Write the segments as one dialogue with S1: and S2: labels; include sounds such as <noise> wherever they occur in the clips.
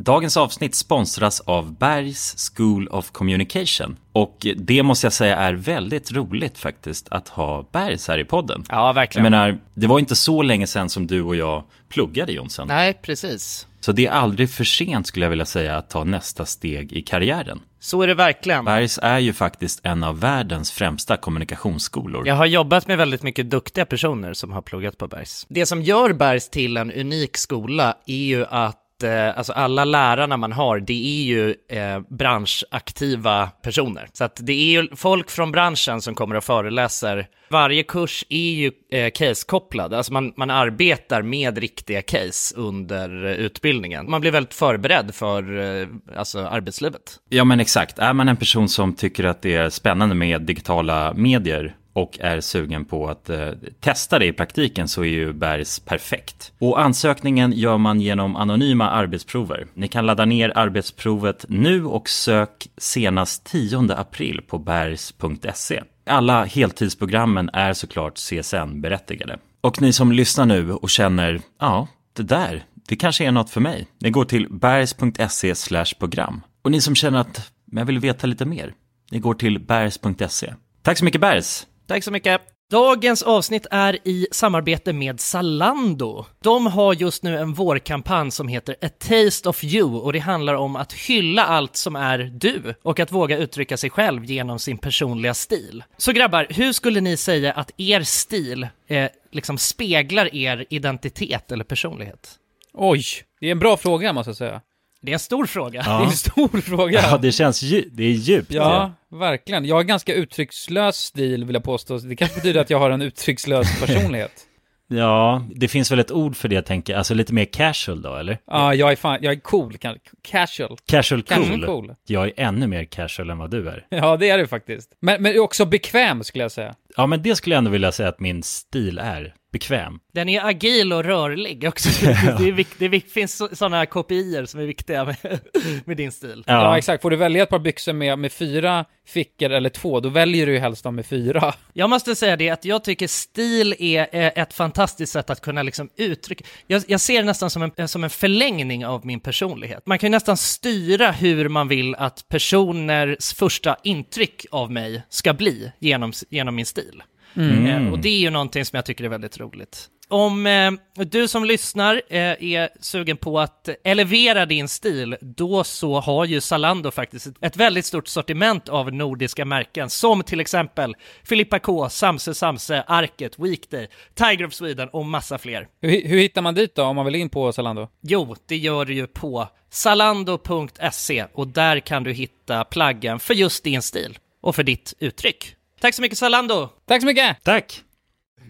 S1: Dagens avsnitt sponsras av Bergs School of Communication. Och det måste jag säga är väldigt roligt faktiskt att ha Bergs här i podden.
S2: Ja,
S1: Jag
S2: verkligen.
S1: menar, det var inte så länge sedan som du och jag pluggade Jonsson.
S2: Nej, precis.
S1: Så det är aldrig för sent skulle jag vilja säga att ta nästa steg i karriären.
S2: Så är det verkligen.
S1: Bergs är ju faktiskt en av världens främsta kommunikationsskolor.
S2: Jag har jobbat med väldigt mycket duktiga personer som har pluggat på Bergs. Det som gör Bergs till en unik skola är ju att eh, Alltså alla lärarna man har, det är ju eh, branschaktiva personer. Så att det är ju folk från branschen som kommer och föreläser. Varje kurs är ju eh, case-kopplad, alltså man, man arbetar med riktiga case under eh, utbildningen. Man blir väldigt förberedd för eh, alltså arbetslivet.
S1: Ja men exakt, är man en person som tycker att det är spännande med digitala medier och är sugen på att eh, testa det i praktiken så är ju Bergs perfekt. Och ansökningen gör man genom anonyma arbetsprover. Ni kan ladda ner arbetsprovet nu och sök senast 10 april på bergs.se. Alla heltidsprogrammen är såklart CSN-berättigade. Och ni som lyssnar nu och känner, ja, det där, det kanske är något för mig. Ni går till bergs.se slash program. Och ni som känner att, men jag vill veta lite mer. Ni går till bergs.se. Tack så mycket Bergs!
S2: Tack så mycket. Dagens avsnitt är i samarbete med Zalando. De har just nu en vårkampanj som heter A Taste of You och det handlar om att hylla allt som är du och att våga uttrycka sig själv genom sin personliga stil. Så grabbar, hur skulle ni säga att er stil eh, liksom speglar er identitet eller personlighet?
S3: Oj, det är en bra fråga måste jag säga.
S2: Det är en stor fråga.
S3: Det är en stor <laughs> fråga.
S1: Ja, det känns dju- det är djupt.
S3: Ja, verkligen. Jag har ganska uttryckslös stil vill jag påstå. Det kanske betyder att jag har
S1: <laughs>
S3: en uttryckslös personlighet.
S1: ja, det finns väl ett ord för det tänker jag. Alltså lite mer casual då, eller?
S3: Ja, jag är fan, jag är cool, kan- casual.
S1: Casual cool.
S3: Casual cool.
S1: Jag är ännu mer casual än vad du är.
S3: Ja, det är du faktiskt. Men, men också bekväm skulle jag säga.
S1: Ja, men det skulle jag ändå vilja säga att min stil är. Bekväm.
S2: <laughs> Den är agil och rörlig också. <laughs> Det, är, vik- det vik- finns sådana kopior som är viktiga med, <laughs> med din stil.
S3: Ja.
S1: Ja,
S3: exakt. Får du välja ett par byxor med, med fyra fickor eller två, då väljer du ju helst de med fyra.
S2: Jag måste säga det att jag tycker stil är eh, ett fantastiskt sätt att kunna liksom uttrycka. Jag, jag ser det nästan som en, eh, som en förlängning av min personlighet. Man kan ju nästan styra hur man vill att personers första intryck av mig ska bli genom, s- genom min stil. Eh, Och det är ju någonting som jag tycker är väldigt roligt. Om eh, du som lyssnar eh, är sugen på att elevera din stil, då så har ju Zalando faktiskt ett, ett väldigt stort sortiment av nordiska märken, som till exempel Filippa K, Samse Samse, Arket, Weekday, Tiger of Sweden och massa fler.
S3: Hur, hur hittar man dit då, om man vill in på Zalando?
S2: Jo, det gör du ju på zalando.se och där kan du hitta plaggen för just din stil och för ditt uttryck. Tack så mycket Zalando!
S3: Tack så mycket!
S1: tack!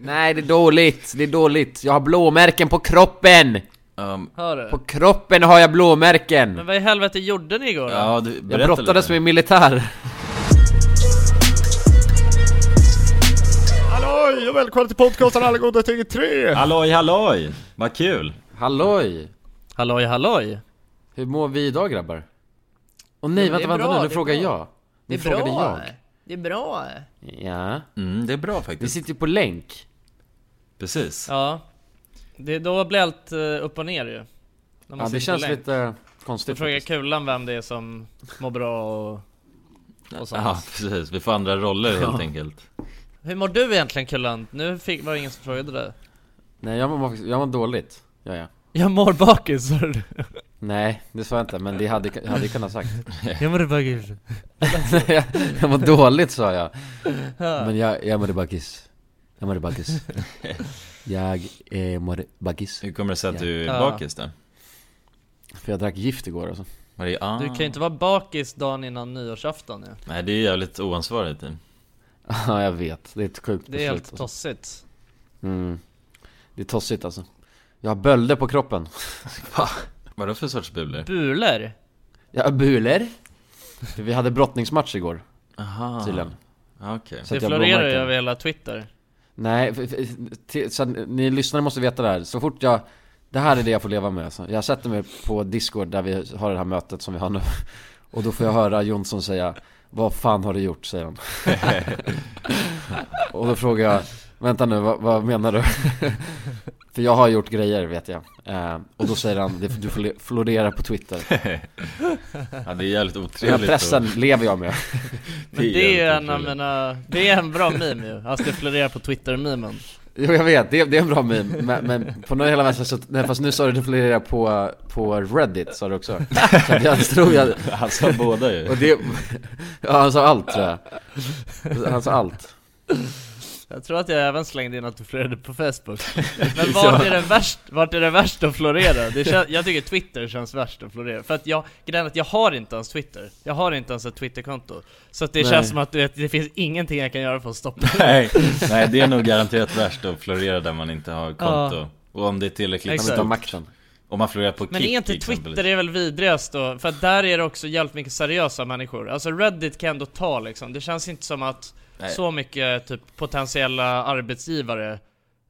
S4: Nej, det är dåligt, det är dåligt. Jag har blåmärken på kroppen!
S1: Um,
S2: Hör du?
S4: På kroppen har jag blåmärken!
S2: Men vad i helvete gjorde ni igår då?
S1: Ja, du,
S4: Jag brottades med militär.
S5: halloj och välkomna till podcasten Alla goda ting är tre.
S1: Halloj, halloj! Vad kul!
S4: Halloj!
S2: Halloj halloj!
S4: Hur mår vi idag grabbar? Åh
S2: Jo,
S4: nej,
S2: det
S4: vänta,
S2: är
S4: vänta
S2: bra,
S4: nu,
S2: det
S4: nu
S2: är
S4: frågar
S2: bra.
S4: jag. Nu frågade jag.
S2: Det är bra.
S4: Ja.
S1: Mm, det är bra
S4: Vi
S1: faktiskt.
S4: sitter ju på länk.
S1: Precis.
S2: Ja. Det, då blir allt eh, upp och ner ju. När man
S4: Ja, det
S2: sitter
S4: känns
S2: länk.
S4: lite
S2: Då
S4: konstigt.
S2: frågar
S4: faktiskt.
S2: Kulan vem det är som mår bra och, och sånt.
S1: Ja, precis. Vi får andra roller helt enkelt.
S2: Hur mår du egentligen Kulan? Nu fick, var det ingen som frågade det.
S4: Nej, jag mår, jag mår dåligt. Ja, ja.
S2: Jag mår bakis, sa du.
S4: Nej, det sa jag inte, men det hade jag hade ju
S2: <laughs>
S4: kunnat sagt
S2: Jag mår bakis.
S4: Nej, jag, jag mår dåligt sa jag Men jag, jag mådde bakis Jag
S2: <laughs>
S4: mådde bakis Jag eh, mådde bakis
S1: Hur kommer det sig att du är
S2: Ja.
S1: bakis då?
S4: För jag drack gift igår alltså <laughs>
S1: Var det, ah,
S2: Du kan ju inte vara bakis dagen innan nyårsafton ju.
S1: Nej, det är jävligt oansvarigt.
S4: Ja jag vet, det är ett sjukt
S2: Det är
S4: beslut
S2: helt
S4: alltså.
S2: tossigt.
S4: mm. Det är tossigt alltså Jag har bölder på kroppen
S1: Vadå för sorts bulor?
S2: Buler?
S4: Jag har buler För vi hade brottningsmatch igår
S1: Aha,
S4: tydligen
S1: Ah, Okej.
S4: Så
S2: Det
S4: att jag
S2: florerar ju
S4: blåmärken.
S2: över hela Twitter.
S4: Nej, f- f- till- så att ni lyssnare måste veta det här. Så fort jag... Det här är det jag får leva med alltså. Jag sätter mig på Discord där vi har det här mötet som vi har nu. Och då får jag höra Jonsson säga Vad fan har du gjort? säger han. <laughs> och då frågar jag Vänta nu, vad, vad menar du? <laughs> För jag har gjort grejer vet jag. Eh, och då säger han "Det- Du får florera på Twitter.
S1: Ja, det är jävligt
S4: Den här
S1: otrevligt. <laughs>
S4: pressen lever jag med.
S2: Men
S1: Det är
S2: det är ju
S1: jävligt
S2: en av
S1: otroligt.
S2: mina, det är en bra meme ju. Alltså det florerar på Twitter-memen.
S4: Jo jag vet, det, det är en bra meme, men, men på några hela vänster så, nej, fast nu sa du det flera på, på Reddit sa du också så att jag tror jag,
S1: Och, alltså båda ju.
S4: och det, ja han sa allt tror jag Han sa allt
S2: Jag tror att jag även slängde in att du florerade på Facebook. Men vart är det värst, vart är det värst att florera? Det kän, jag tycker Twitter känns värst att florera. För att jag, grejen är att jag har inte ens Twitter. Jag har inte ens ett Twitterkonto. Så att det
S4: Nej.
S2: känns som att du vet, det finns ingenting jag kan göra för att stoppa det.
S1: Nej, nej, det är nog garanterat värst att florera där man inte har konto.
S2: Ja.
S1: Och om det är tillräckligt
S4: Han vill ta makten
S1: Om man florerar på
S2: Men
S1: Kik
S2: är inte
S1: till exempel.
S2: Twitter är väl vidrigast då? För att där är det också jävligt mycket seriösa människor. Alltså Reddit kan ändå ta liksom. Det känns inte som att
S1: Nej.
S2: så mycket typ potentiella arbetsgivare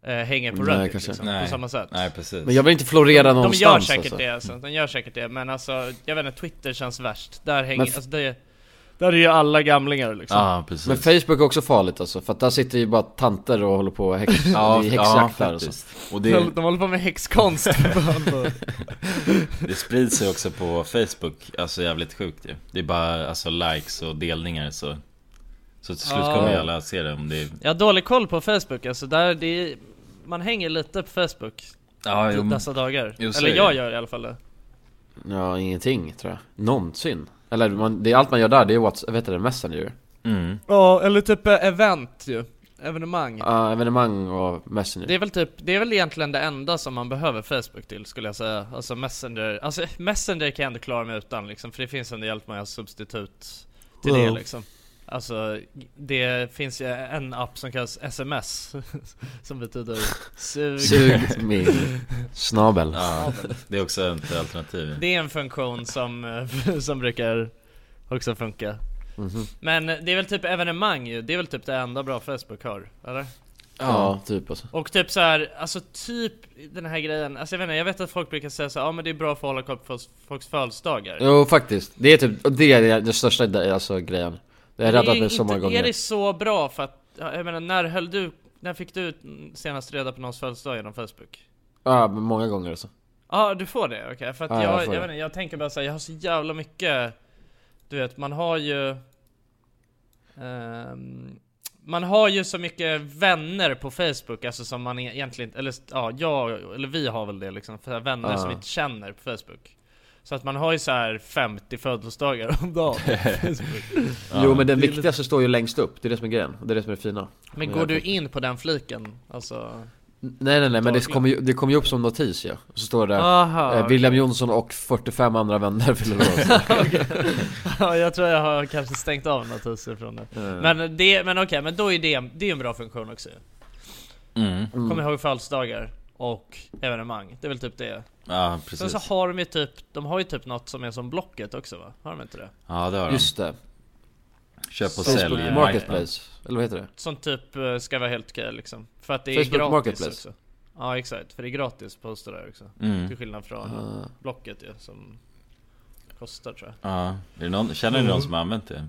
S2: eh, hänger på
S4: Nej,
S2: Reddit
S4: kanske.
S2: liksom,
S1: Nej.
S2: på samma sätt.
S1: Nej, precis.
S4: Men jag vill inte florera
S2: De
S4: någonstans
S2: gör säkert
S4: alltså.
S2: det, alltså. de gör säkert det, men alltså jag vet inte, Twitter känns värst. Där hänger,
S4: Men f-
S2: alltså det, där är ju alla gamlingar liksom.
S1: Ja, precis.
S4: Men Facebook är också farligt alltså, för att där sitter ju bara tanter och håller på
S2: <laughs>
S4: och häx, ja, i häxjaktar alltså. och så
S1: faktiskt. Och
S2: De,
S1: det,
S2: håller- de håller på med häxkonst.
S1: det sprids sig också på Facebook, alltså jävligt sjukt ju. Det är bara alltså likes och delningar så Så till slut
S2: Ja.
S1: kommer ju alla se det om det är...
S2: <laughs> jag har dålig koll på Facebook, alltså där, det är, man hänger lite på Facebook
S1: Ja, jo,
S2: dessa dagar.
S1: Jo, så
S2: Eller
S1: är
S2: jag
S1: det.
S2: gör i alla fall det.
S4: Ja, ingenting tror jag, någonsin Eller man, det är allt man gör där, det är Whatsapp, vet du det, Messenger
S1: mm.
S2: Ja, eller typ eh, event ju. Evenemang.
S4: Ja, evenemang och Messenger
S2: Det är väl typ, det är väl egentligen det enda som man behöver Facebook till skulle jag säga. Alltså Messenger, alltså Messenger kan jag ändå klara mig utan liksom, för det finns ändå hjälp många substitut till det
S4: Ja.
S2: liksom. Alltså, det finns ju en app som kallas SMS, <laughs> som betyder sug.
S4: Sug min snabel
S1: ja, det är också ett alternativ ju.
S2: Det är en funktion som, <laughs> eh, som brukar också funka. Men det är väl typ evenemang ju, det är väl typ det enda bra Facebook har, eller?
S4: Ja, typ alltså.
S2: Och typ så här, alltså typ den här grejen, alltså jag vet inte, jag vet att folk brukar säga så här, ja men det är bra för att hålla koll på folks- folks födelsedagar.
S4: Jo faktiskt, det är typ, och det är det- det största där, alltså, grejen Det har
S2: Det är
S4: räddat mig
S2: inte-
S4: så många gånger
S2: Är det så bra för att, ja, jag menar när höll du, när fick du senast reda på någons födelsedag genom Facebook?
S4: Ja, men många gånger alltså
S2: Ja, du får det? Okej, för att
S4: Ja, jag
S2: jag,
S4: får
S2: jag,
S4: det.
S2: vet inte, jag tänker bara säga jag har så jävla mycket Du vet, man har ju ehm, Man har ju så mycket vänner på Facebook, alltså som man e- egentligen inte- eller ja, jag, eller vi har väl det liksom, för vänner
S4: Ja.
S2: som vi inte känner på Facebook Så att man har ju så här 50 födelsedagar om
S4: <laughs>
S2: dagen
S4: Jo men den viktigaste står ju längst upp, det är det som är grejen, det är det som är det fina
S2: Men
S4: Ja,
S2: går du
S4: jag-
S2: in på den fliken? Alltså...
S4: Nej nej nej, men det kommer ju, det kommer ju upp som notis ja, och så står det
S2: Aha,
S4: eh, William Jonsson och 45 andra vänner fyller år
S2: <laughs>
S4: alltså.
S2: Ja, jag tror jag har kanske stängt av notiser från det.
S4: Eh, Mm.
S2: Men, det, men okej, men då är det, det är en bra funktion också
S1: Mm.
S2: Kom ihåg födelsedagar och evenemang. Det är väl typ det.
S1: Ja,
S2: Sen
S1: precis
S2: så har de ju typ, de har ju typ något som är som Blocket också va? Har de inte det?
S1: Ja, det har de
S4: Just det,
S1: Köp och sälj
S4: Facebook Marketplace, eller vad heter det?
S2: Som typ eh, ska vara helt okej liksom. För att det är
S4: Facebook
S2: gratis
S4: Marketplace. Mm.
S2: också. Ja exakt, för det är gratis på där också. Till skillnad från
S4: Ah.
S2: Blocket ju, som kostar tror jag.
S1: Ja, är det någon, känner ni någon som har använt det?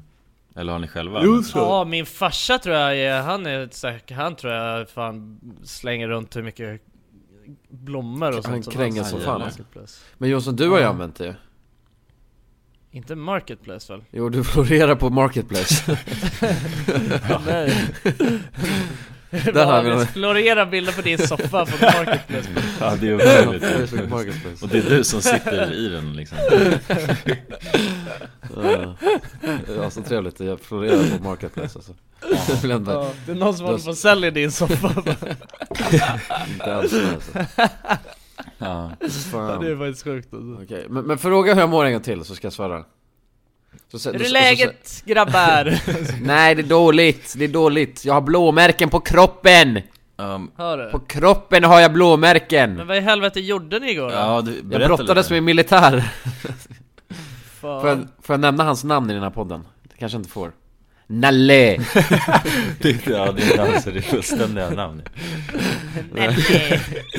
S1: Eller har ni själva?
S2: Ja, min farsa tror jag är, han är säkert, han tror jag fan slänger runt hur mycket blommor och
S4: Han
S2: sånt som
S4: kränger
S2: han
S4: som
S2: säljer.
S1: fan,
S4: alltså.
S2: Marketplace.
S4: Men Jonsson, du har ju använt det ju.
S2: Inte Marketplace väl?
S4: Jo, du florerar på Marketplace
S2: Nej.
S4: <laughs> Där har vi den.
S2: Florera bilder på din soffa
S4: <laughs>
S2: på Marketplace.
S1: <laughs> Ja, det är omöjligt.
S4: Facebook Marketplace.
S1: Och det är du som sitter i den liksom.
S4: Ja, så trevligt. Jag florerar på Marketplace alltså. Jag vill ändå
S2: Det är någon som håller på och säljer din
S4: <laughs>
S2: soffa.
S4: inte alls det, alltså.
S1: Ja.
S4: Fan.
S2: Det är faktiskt sjukt alltså.
S4: Okej, men, men fråga hur jag mår en gång till så ska jag svara. Så, sä-
S2: Hur är
S4: du- så- så-
S2: läget
S4: <laughs>
S2: grabbar?
S4: Nej det är dåligt, det är dåligt. Jag har blåmärken på kroppen!
S1: Um,
S2: Hör du?
S4: På kroppen har jag
S2: Men
S4: blåmärken!
S2: vad i helvete gjorde ni igår då?
S1: ja, du, berätta
S4: Jag brottades
S1: lite.
S4: med en militär.
S2: Fan.
S4: Får jag, får jag nämna hans namn i den här podden? Det kanske jag inte får. Nalle!
S2: <laughs>
S1: Det- Ja, det är inte alls det fullständiga namn.
S2: Nej.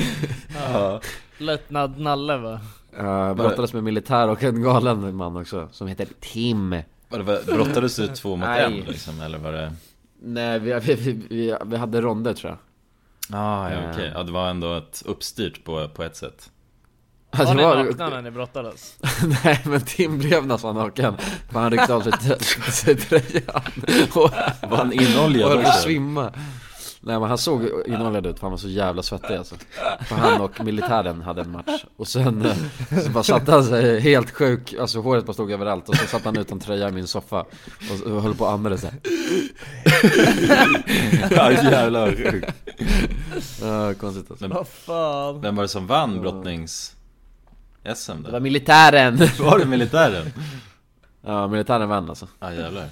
S4: <laughs>
S2: Ja. Lötnad Nalle va?
S4: Uh, brottades med en militär och en galen man också, som heter Tim.
S1: Var det, var, brottades du två mot
S4: Nej.
S1: en liksom, eller var det?
S4: Nej, vi, vi, vi, vi, vi hade ronder tror jag.
S1: Ah, ja, okej. Ja, det var ändå ett uppstyrt på, på ett sätt.
S2: Var
S4: Alltså,
S2: ni
S4: det var-
S2: nakna när ni brottades?
S4: <laughs> Nej men Tim blev nästan naken, för han ryckte av sig, trö- sig tröjan och,
S1: <laughs> Var han
S4: och
S1: inoljad
S4: höll på att
S1: också?
S4: svimma Nej men han såg inoljad ut, för han var så jävla svettig alltså. För han och militären hade en match Och sen eh, så bara satte han sig helt sjuk, alltså håret bara stod överallt Och så satt han utan tröja i min soffa och, och höll på att andas såhär
S1: Ja, jävlar <laughs> vad sjukt.
S4: uh, Konstigt alltså
S2: Vad fan?
S1: Vem var det som vann brottnings-SM
S4: Det var
S1: där?
S4: militären!
S1: Var det militären?
S4: Ja militären vann alltså,
S1: Ja, ah, jävlar.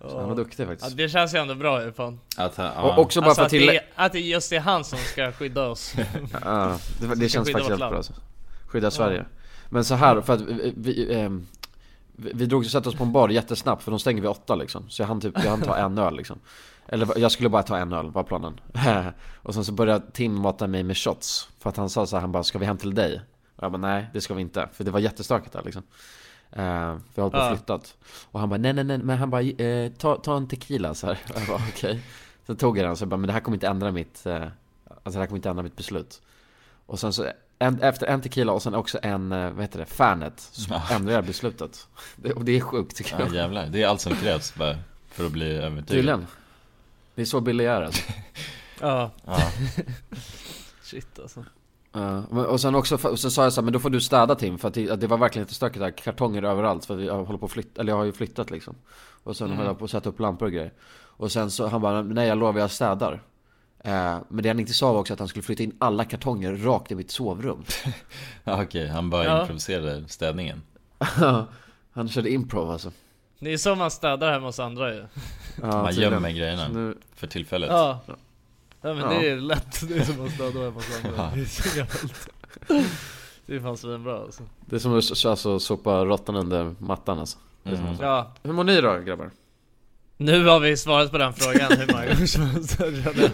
S4: så han var duktig
S2: Ja,
S4: faktiskt
S2: det känns ju ändå bra ju fan.
S1: Att han, ja.
S4: och också bara
S2: Alltså att
S4: för att tillägga
S2: det, att det just är han som ska skydda oss.
S4: <laughs> Ja, det, det känns
S2: skydda vårt
S4: faktiskt helt
S2: land.
S4: bra alltså. Skydda Sverige. Men så här, för att vi, vi, ehm, vi, vi drog och satte oss på en bar jättesnabbt för de stänger vid åtta liksom. Så jag hann typ, jag hann ta en öl liksom. Eller va- jag skulle bara ta en öl, var planen. <laughs> och sen så började Tim mata mig med shots. För att han sa så här, han bara 'Ska vi hem till dig?' Och jag bara 'Nej, det ska vi inte' För det var jättestökigt där liksom. Eh, för jag höll på
S2: Ja.
S4: att flyttat. Och han bara 'Nej nej nej' men han bara eh, ta, 'Ta en tequila' så här. <laughs> Och jag bara 'Okej' Sen tog jag den så jag bara 'Men det här kommer inte ändra mitt, eh, alltså det här kommer inte ändra mitt beslut' Och sen så, en, efter en tequila och sen också en, eh, vad heter det, Fanet Så ändrar jag beslutet det, Och det är sjukt tycker
S1: Ja,
S4: jag
S1: jävlar. Det är allt som krävs bara för att bli övertygad.
S4: Tydligen Det är så billig jag
S1: <laughs>
S4: är alltså.
S2: Ja.
S1: Ja.
S2: Shit alltså.
S4: Ja, men- Och sen också, och sen sa jag så här, men då får du städa Tim För att det, att det var verkligen inte stökigt där, kartonger överallt För att jag håller på att flytta, eller jag har ju flyttat liksom Och
S1: Mm.
S4: sen höll jag på att sätta upp lampor och grejer Och sen så, han bara, nej jag lovar jag städar Eh, men det han inte sa var också att han skulle flytta in alla kartonger rakt i mitt
S1: <laughs>
S4: sovrum <laughs>
S1: Ja, okej. Han bara
S2: Ja.
S1: improviserade städningen.
S4: Han körde improv alltså
S2: Det är så man städar hemma hos andra ju.
S4: Ja,
S1: Man
S4: tydligen. Mm.
S1: gömmer grejerna
S4: Så nu-
S1: för tillfället.
S2: Ja. Ja men
S4: Ja.
S2: det är lätt, <laughs> det är som att städa hemma hos andra. Det är så galet. Det är fan svinbra alltså.
S4: Det är som att s- alltså, sopa råttan under mattan alltså.
S2: Ja.
S4: Hur mår ni då grabbar?
S2: Nu har vi svarat på den frågan hur många
S4: <laughs>
S2: gånger som helst. känner jag.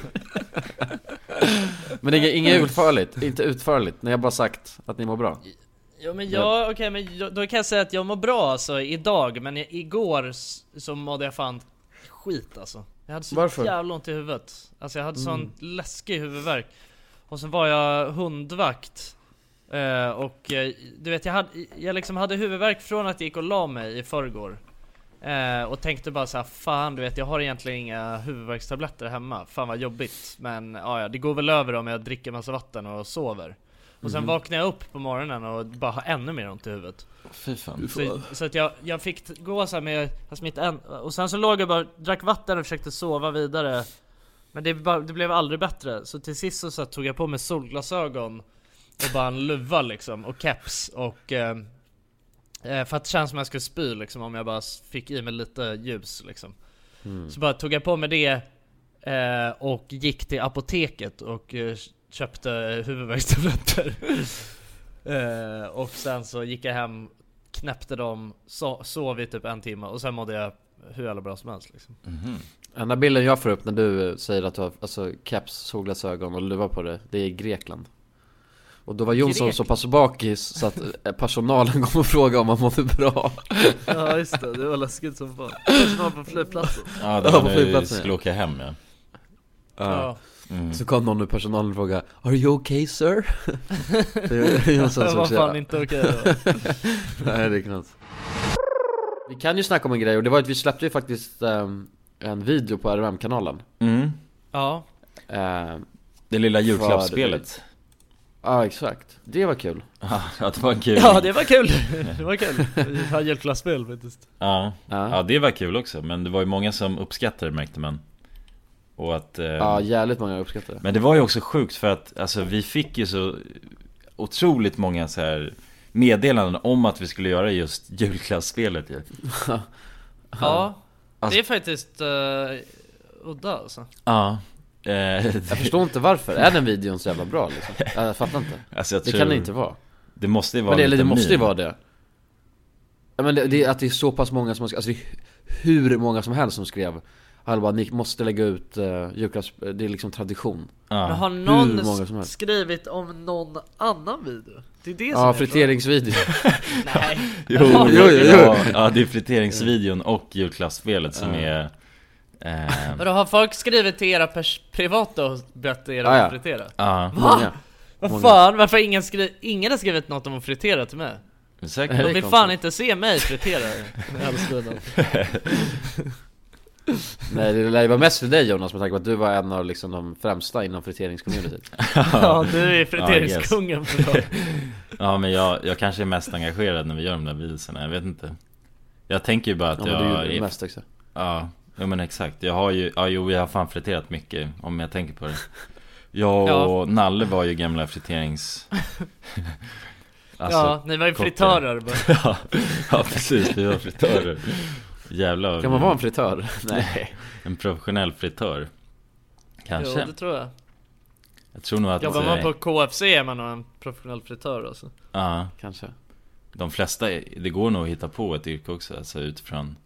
S4: Men inget,
S1: Mm.
S4: inget utförligt, inte utförligt, ni har bara sagt att ni mår bra
S2: Ja men jag, okej men jag, då kan jag säga att jag mår bra alltså idag men jag, igår s- så mådde jag fan skit alltså. Jag hade så
S4: Varför?
S2: jävla ont i huvudet. Alltså jag hade sån läskig huvudvärk. Och sen var jag hundvakt. Eh, och eh, du vet jag hade, jag liksom hade huvudvärk från att jag gick och la mig i förrgår. Eh, och tänkte bara så här, fan du vet jag har egentligen inga huvudvärkstabletter hemma. Fan vad jobbigt. Men ja, ja, det går väl över om jag dricker massa vatten och sover. Och sen vaknade jag upp på morgonen och bara har ännu mer ont i huvudet.
S1: Fy fan.
S2: Så, så att jag, jag fick t- gå så här med, alltså mitt en, och sen så låg jag bara, drack vatten och försökte sova vidare. Men det, bara, det blev aldrig bättre. Så till sist så, så här, tog jag på mig solglasögon och bara en luva liksom och keps och eh, eh, för att det känns som jag skulle spy liksom om jag bara s- fick i mig lite ljus liksom. Så bara tog jag på mig det eh, och gick till apoteket och eh, köpte eh, huvudvärkstabletter. eh, och sen så gick jag hem, knäppte dem, so- sov i typ en timme och sen mådde jag hur jävla bra som helst liksom.
S4: Enda bilden jag får upp när du eh, säger att du har alltså, caps, solglasögon och luva på dig, det är Grekland Och då var Jonsson så
S2: Grekland?
S4: pass bakis så att eh, personalen kom och frågade om han mådde bra
S2: Ja just det, det var läskigt som fan. Personal på flygplatsen.
S1: Ja, det
S4: Ja,
S1: var
S4: på
S1: när vi
S4: flygplatsen, ja.
S1: skulle åka hem ja.
S2: Ja.
S1: Mm.
S4: Så kom någon ur personalen och frågade 'Are you okay sir?' <laughs> Det- Jonsson <laughs>
S2: Det
S4: såg
S2: var
S4: så
S2: fan
S4: jävla-
S2: inte okej
S4: <laughs>
S2: då.
S4: Nej det är knappt Vi kan ju snacka om en grej och det var att vi släppte ju faktiskt ehm, en video på RMM-kanalen
S2: Ja.
S4: Eh,
S1: Det lilla julklappsspelet.
S4: ja, exakt. Det var kul.
S1: <laughs> Ja, det var kul.
S2: ja, det var kul. Det var kul. Vi har julklappsspel faktiskt.
S1: Ja.
S4: Ja.
S1: ja, det var kul också. Men det var ju många som uppskattade det märkte man. Och att... eh,
S4: Ja, jävligt många uppskattade det.
S1: Men det var ju också sjukt för att alltså, vi fick ju så otroligt många så här meddelanden om att vi skulle göra just julklappsspelet ju.
S2: Ja, det
S1: Alltså-
S2: är faktiskt uh, udda alltså.
S1: Ja. Eh, <laughs>
S4: Jag förstår inte varför. Är den videon så jävla bra liksom? Jag fattar inte.
S1: Alltså jag
S4: Det
S1: tror,
S4: kan det inte vara.
S1: Det måste ju vara
S4: Men det,
S1: en
S4: eller det
S1: liten
S4: måste ju
S1: meme.
S4: vara det. Ja, men det, det, är att det är så pass många som har skri- alltså det är hur många som helst som skrev Alla bara, ni måste lägga ut uh, julklapps... Det är liksom tradition.
S1: Ja.
S2: Men har
S4: Hur många som
S2: någon
S4: helst.
S2: skrivit om någon annan video? Det är det som
S4: Ja,
S2: är
S4: friteringsvideo.
S2: bra. Nej.
S1: Jo,
S4: Jo, jo, jo.
S1: Ja, ja, det är friteringsvideon och julklappsspelet som är... Eh,
S2: Vadå, har folk skrivit till era pers- privata och bett er
S4: Ja, ja.
S2: att fritera?
S1: ja,
S4: Många.
S2: Vad fan, varför har ingen, skri- ingen har skrivit något om att fritera till mig?
S1: säkert.
S2: De vill fan inte se mig fritera
S4: <laughs> Nej, det lär ju vara mest för dig Jonas med tanke på att du var en av liksom de främsta inom <laughs> friteringscommunityt.
S2: Ja, du är
S1: friteringskungen
S2: friteringskungen ja,
S1: Ja men jag, jag kanske är mest engagerad när vi gör de där videorna, jag vet inte Jag tänker ju bara
S4: Ja,
S1: att
S4: men du
S1: jag...
S4: gjorde det
S1: är-
S4: mest också.
S1: Ja, jo men exakt. Jag har ju, ja jo jag har fan friterat mycket om jag tänker på det. Jag och
S2: Ja.
S1: Nalle var ju gamla friterings...
S2: Ja, ni var ju
S1: kockar.
S2: fritörer bara.
S1: Alltså, ja, ja precis, vi var fritörer. Jävlar.
S4: Kan man vara en <laughs> fritör? Nej.
S1: en professionell fritör?
S2: Jo,
S1: Kanske.
S2: det tror jag.
S1: Jag tror nog att...
S2: Jobbar man
S1: eh,
S2: på KFC är man nog en professionell fritör alltså.
S1: Ja,
S4: Kanske.
S1: de flesta, är- det går nog att hitta på ett yrke också, alltså utifrån...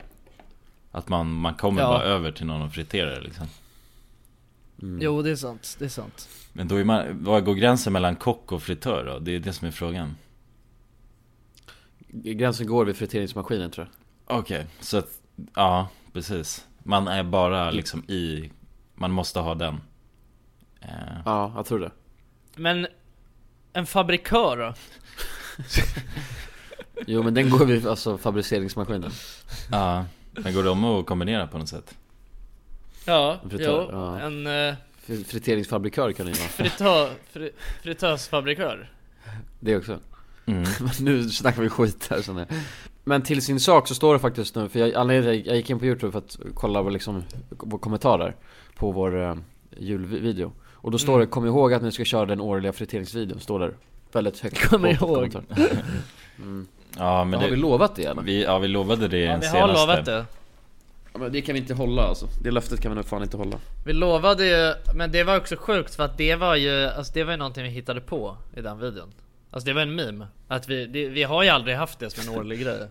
S1: Att man, man kommer
S2: Ja.
S1: bara över till någon och friterar liksom.
S2: Jo, det är sant. Det är sant.
S1: Men då är man, var går gränsen mellan kock och fritör då? Det är det som är frågan.
S4: Gränsen går vid friteringsmaskinen tror jag.
S1: Okej, så att, ja precis. Man är bara liksom i, man måste ha den. Eh,
S4: Ja, jag tror det.
S2: Men en fabrikör då?
S4: Jo men den går vid alltså fabriceringsmaskinen.
S1: Ja, men går de att kombinera på något sätt?
S2: Ja,
S4: En fritör,
S2: jo,
S4: ja.
S2: en eh,
S4: Fri- Friteringsfabrikör kan det ju vara.
S2: fritör, fri, fritösfabrikör.
S4: Det också.
S1: Mm.
S4: Men <laughs> nu snackar vi skit här känner jag. Men till sin sak så står det faktiskt nu, för jag, anledningen till att jag gick in på youtube för att kolla vad liksom, vår kommentarer på vår eh, julvideo. Och då står det 'Kom ihåg att ni ska köra den årliga friteringsvideon' står där. Väldigt högt
S2: Kom
S4: på- på
S2: ihåg.
S4: kommentar.
S1: Ja men
S4: Har vi
S1: det,
S4: lovat det eller?
S1: vi, ja, vi lovade det i
S2: Ja,
S1: den
S2: vi
S1: senaste.
S2: har lovat det.
S4: Ja, men det kan vi inte hålla alltså. Det löftet kan vi nog fan inte hålla.
S2: Vi lovade ju, men det var också sjukt för att det var ju, alltså det var ju någonting vi hittade på i den videon. Alltså det var en meme. Att vi, det, vi har ju aldrig haft det som en årlig grej.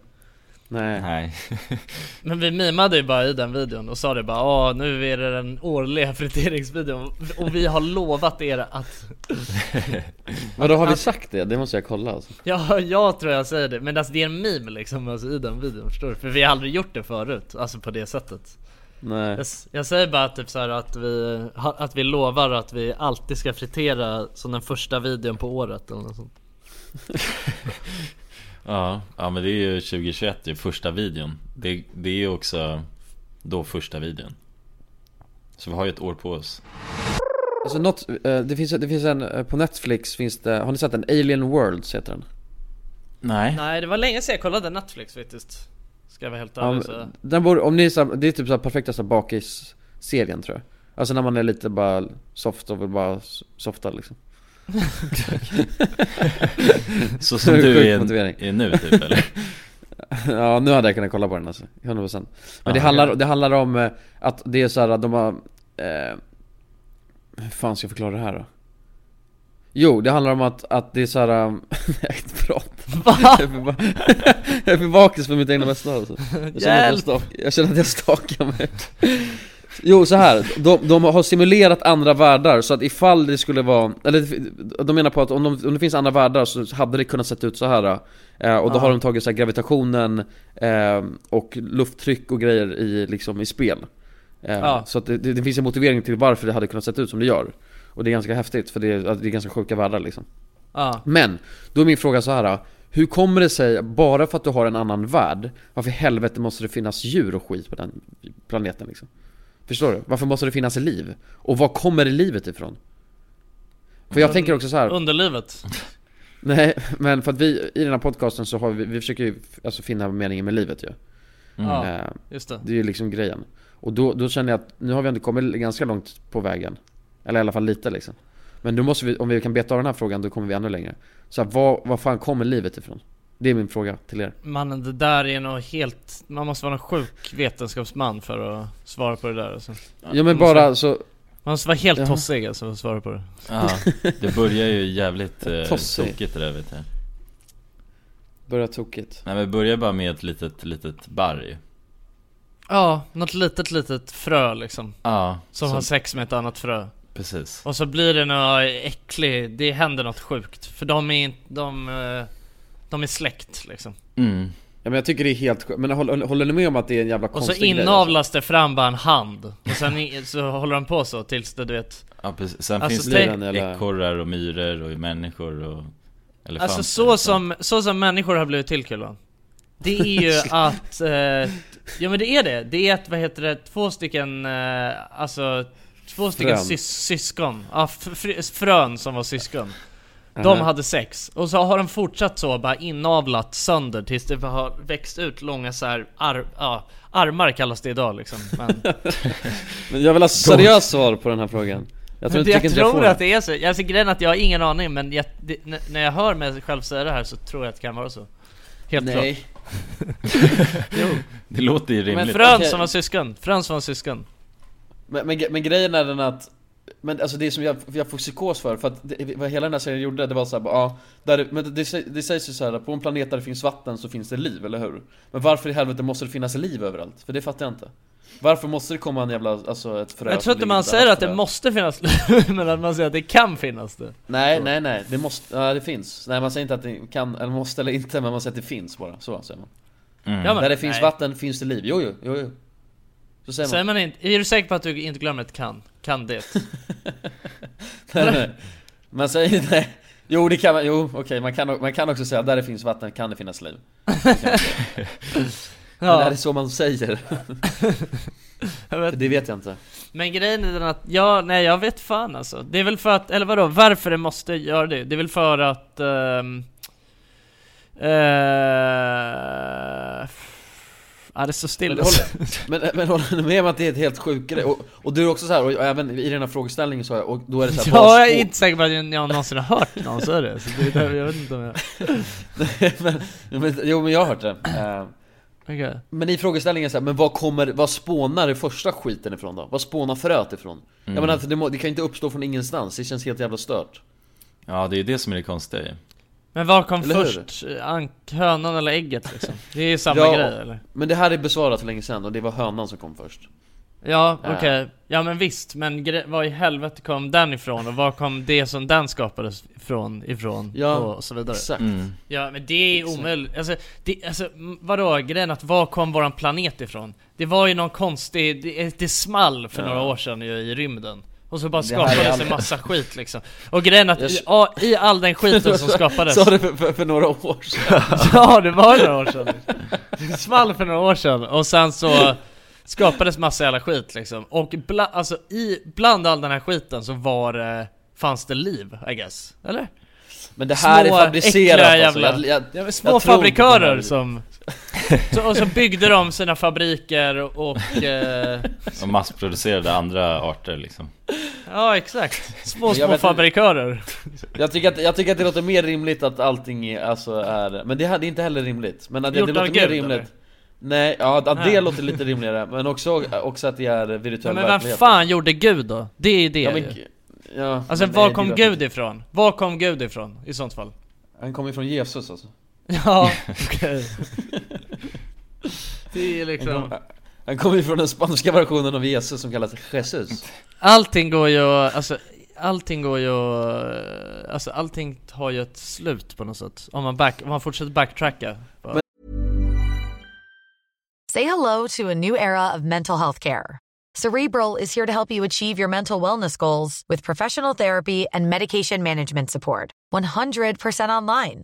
S4: Nej.
S1: Nej,
S2: Men vi mimade ju bara i den videon och sa det bara Åh, nu är det den årliga friteringsvideon och vi har lovat er att
S4: Men då har vi sagt det? Det måste jag kolla alltså.
S2: Ja, jag tror jag säger det. Men alltså det är en meme liksom alltså, i den videon, förstår du? För vi har aldrig gjort det förut, alltså på det sättet.
S4: Nej.
S2: Jag, s- jag säger bara typ så här att vi, ha- att vi lovar att vi alltid ska fritera som den första videon på året eller något sånt.
S1: ja, ja men det är ju 2021 ju, första videon. Det, det är ju också då första videon. Så vi har ju ett år på oss.
S4: Alltså något, eh, det, finns, det finns en, eh, på Netflix finns det, har ni sett den? Alien Worlds heter den.
S1: Nej.
S2: Nej, det var länge sedan jag kollade Netflix faktiskt. Ska jag vara helt
S4: Ja,
S2: ärlig
S4: men
S2: så.
S4: den borde, om ni är så här, det är typ så här perfekta så här bakis-serien tror jag Alltså när man är lite bara soft och vill bara s- softa liksom <laughs>
S1: Så som du
S4: Sjuk
S1: är,
S4: motivering.
S1: är nu typ eller?
S4: Ja nu hade jag kunnat kolla på den alltså, 100% Men det, handlar, det handlar om eh, att det är så här att de har... Eh, hur fan ska jag förklara det här då? Jo, det handlar om att, att det är så här... um, <laughs> Jag kan inte prata Jag är för <laughs> ba- Jag är för bakis för mitt egna bästa alltså. jag, känner att jag,
S2: Hjälp!
S4: stak, jag känner att jag stakar mig Jo så här, de, de har simulerat andra världar så att ifall det skulle vara, eller det- de menar på att om, de, om det finns andra världar så hade det kunnat sett ut så här eh, Och då har de tagit så här gravitationen eh, och lufttryck och grejer i, liksom, i spel eh,
S2: Ja.
S4: Så att det, det, det finns en motivering till varför det hade kunnat sett ut som det gör Och det är ganska häftigt för det är, det är ganska sjuka världar liksom
S2: Ja.
S4: men, då är min fråga så här. Hur kommer det sig, bara för att du har en annan värld, varför i helvete måste det finnas djur och skit på den planeten liksom? Förstår du? Varför måste det finnas liv? Och var kommer det livet ifrån? För jag tänker också så här.
S2: Underlivet.
S4: Nej, men för att vi i den här podcasten så har vi, vi försöker ju alltså finna meningen med livet ju.
S2: Ja,
S4: Eh,
S2: just det.
S4: Det är ju liksom grejen. Och då, då känner jag att nu har vi ändå kommit ganska långt på vägen. Eller i alla fall lite liksom. Men då måste vi, om vi kan beta av den här frågan, då kommer vi ännu längre. Så här, var, var fan kommer livet ifrån? Det är min fråga till er.
S2: Mannen, det där är nog helt... Man måste vara en sjuk vetenskapsman för att svara på det där alltså.
S4: Ja men bara så,
S2: Man måste vara helt
S4: Jaha.
S2: tossig alltså för att svara på det.
S1: Ja, det börjar ju jävligt eh,
S4: Tossig.
S1: tokigt det där vet jag
S4: börja tokigt.
S1: Nej men vi börjar bara med ett litet, litet barr
S2: Ja, något litet, litet frö liksom.
S1: Ja,
S2: Som
S1: så-
S2: har sex med ett annat frö.
S1: precis
S2: Och så blir det något äcklig, det händer något sjukt. För de är inte, de, eh, de är släkt liksom.
S1: mm.
S4: Ja men jag tycker det är helt skönt. Men håller, håller ni med om att det är en jävla
S2: Och så
S4: konstig grej? alltså?
S2: inavlas det fram bara en hand. Och sen i- så håller de på så tills det du vet.
S1: Ja, precis. Sen
S2: Alltså,
S1: finns
S4: Blir
S2: tänk-
S1: det
S4: den jävla...
S1: ekorrar och myror och människor och elefanter
S2: Alltså
S1: och
S2: så som, så som människor har blivit till Kulan. Det är
S4: <laughs>
S2: ju att... Eh, ja men det är det. Det är att, vad heter det, två stycken, eh, alltså... Två stycken
S4: Frön.
S2: sys, syskon. Ja, fr- fr- frön som var syskon. De
S4: Aha.
S2: hade sex. Och så har de fortsatt så, bara inavlat sönder tills det har växt ut långa så här ar- ja, armar kallas det idag
S4: <laughs>
S2: liksom. Men,
S4: Men jag vill ha seriöst svar på den här frågan. Jag
S2: <laughs> jag
S4: tror, inte,
S2: jag
S4: tycker inte jag
S2: tror
S4: får
S2: att det är så. Jag ser grejen är att jag har ingen aning men jag, det, n- när jag hör mig själv säga det här så tror jag att det kan vara så. Helt klart.
S4: Nej.
S1: Det låter ju
S2: Men
S1: rimligt
S2: frön
S4: Okej.
S2: som var syskon, frön som var syskon.
S4: Men, men, men grejen är den att men alltså det som jag, jag får psykos för, för att det, vad hela den här serien gjorde det var såhär bara, ja, där, det- men det, sä- det sägs ju så här: på en planet där det finns vatten så finns det liv, eller hur? Men varför i helvete måste det finnas liv överallt? För det fattar jag inte Varför måste det komma en jävla, alltså ett frö
S2: Jag
S4: som
S2: tror inte
S4: ligger
S2: man
S4: där,
S2: säger
S4: ett
S2: att det
S4: frö?
S2: måste finnas liv, <laughs> men att man säger att det kan finnas det.
S4: Nej, nej, nej, det måste, ja det finns Nej man säger inte att det kan, eller måste eller inte, men man säger att det finns bara, så säger man
S1: mm.
S2: Ja, men,
S4: Där det finns
S2: nej.
S4: vatten finns det liv, jo jo, jo, jo. Så säger
S2: Säger
S4: man,
S2: man inte, är du säker på att du inte glömmer ett kan? Kan
S4: <laughs>
S2: det?
S4: nej, nej. Man säger nej Jo det kan man, jo okej man, kan, man kan också säga där det finns vatten kan det finnas liv Men Det här
S2: Ja,
S4: är så man säger,
S2: jag vet.
S4: det vet jag inte
S2: Men grejen är den att, ja, nej jag vet fan alltså. Det är väl för att, eller vadå, varför det måste göra det? Det är väl för att... ehm, eh, ja det står still
S4: Men
S2: <laughs> alltså.
S4: Men, men håller ni med om att det är ett helt sjuk grej? Och, och du är också så här, och även i den här frågeställningen så, och då är det så här,
S2: Jag
S4: vad-
S2: är inte säker på att jag jag någonsin har hört någon säga det, så det är därför jag vet inte om jag...
S4: <laughs> men, men, Jo men jag har hört det Eh,
S2: Okej.
S4: Men i frågeställningen så här, men vad kommer, vad spånar det första skiten ifrån då? Vad spånar fröet ifrån? Jag
S2: Mm.
S4: menar, det, må, det kan ju inte uppstå från ingenstans, det känns helt jävla stört
S1: ja det är ju det som är det konstiga ju
S2: Men vad kom
S4: Eller hur?
S2: först? eh, Ank, hönan eller ägget liksom? Det är ju samma
S4: <laughs> Ja.
S2: grej eller?
S4: Men det här är besvarat för länge sedan och det var hönan som kom först
S2: Ja, okej. Ja men visst, men gre- var i helvete kom den ifrån? Och var kom det som den skapades ifrån, ifrån?
S4: Ja,
S2: och, och så vidare.
S4: Exakt
S2: Ja men det är omöjligt. Alltså, det, alltså m- vadå? Grejen att var kom våran planet ifrån? Det var ju någon konstig, det, det small för några år sedan ju i rymden. Och så bara
S4: här är
S2: skapades en
S4: all-
S2: massa skit liksom. Och grejen att
S4: Jag-
S2: i, ja, i all den skiten
S4: <laughs>
S2: som skapades
S4: Sa du för, för, för några år sedan?
S2: <laughs> Ja, det var några år sedan. Det small för några år sedan och sen så skapades massa jävla skit liksom. Och bla, alltså i, bland all den här skiten så var det, fanns det liv, I guess. Eller?
S4: Men det här
S2: Små,
S4: är fabricerat
S2: äckliga
S4: alltså.
S2: jävla-
S4: jag, jag,
S2: Ja, men
S4: jag
S2: små
S4: tror inte på det här.
S2: fabrikörer som... Så, och så byggde
S4: <laughs>
S2: de sina fabriker och... Eh,
S1: Och massproducerade andra arter liksom
S2: ja, exakt. Små,
S4: Men jag vet
S2: små
S4: inte-
S2: fabrikörer.
S4: Jag tycker, att, jag tycker att det låter mer rimligt att allting är, alltså är Men det, här, det är inte heller rimligt Men att det, det
S2: Gjort av
S4: låter mer
S2: Gud,
S4: rimligt
S2: eller?
S4: Nej, ja att att det
S2: Nej.
S4: låter lite rimligare Men också, också att det är
S2: Ja,
S4: virtuell
S2: men vem
S4: verklighet
S2: fan gjorde Gud då? Det är ju det
S4: ja,
S2: ju.
S4: men, ja,
S2: Alltså
S4: men
S2: var
S4: nej, det
S2: kom
S4: är
S2: Gud ifrån? Var kom Gud ifrån i sånt fall?
S4: Han kommer ju från Jesus alltså
S2: <laughs> Ja, okej. Det är liksom...
S4: Han kommer ju från den spanska versionen av Jesus som kallas Jesus
S2: Allting går ju alltså, allting går ju alltså allting har ju ett slut på något sätt. Om man, back, om man fortsätter backtracka. Bara.
S6: Say hello to a new era of mental health care. Cerebral is here to help you achieve your mental wellness goals with professional therapy and medication management support. 100% online.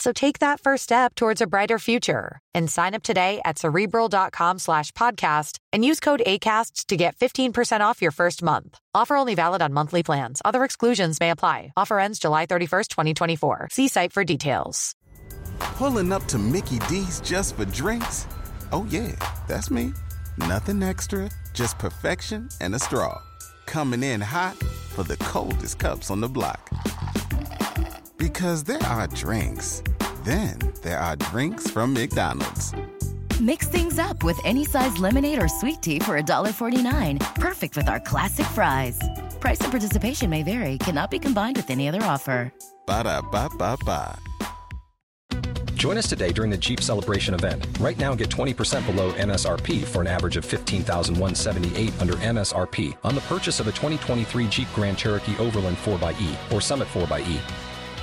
S6: So take that first step towards a brighter future and sign up today at cerebral.com slash podcast and use code ACAST to get 15% off your first month. Offer only valid on monthly plans. Other exclusions may apply. Offer ends July 31st, 2024. See site for details.
S7: Pulling up to Mickey D's just for drinks? Oh, yeah, that's me. Nothing extra, just perfection and a straw. Coming in hot for the coldest cups on the block. Because there are drinks, then there are drinks from McDonald's.
S8: Mix things up with any size lemonade or sweet tea for $1.49. Perfect with our classic fries. Price and participation may vary, cannot be combined with any other offer.
S7: Ba da ba ba ba.
S9: Join us today during the Jeep Celebration event. Right now, get 20% below MSRP for an average of 15178 under MSRP on the purchase of a 2023 Jeep Grand Cherokee Overland 4xE or Summit 4xE.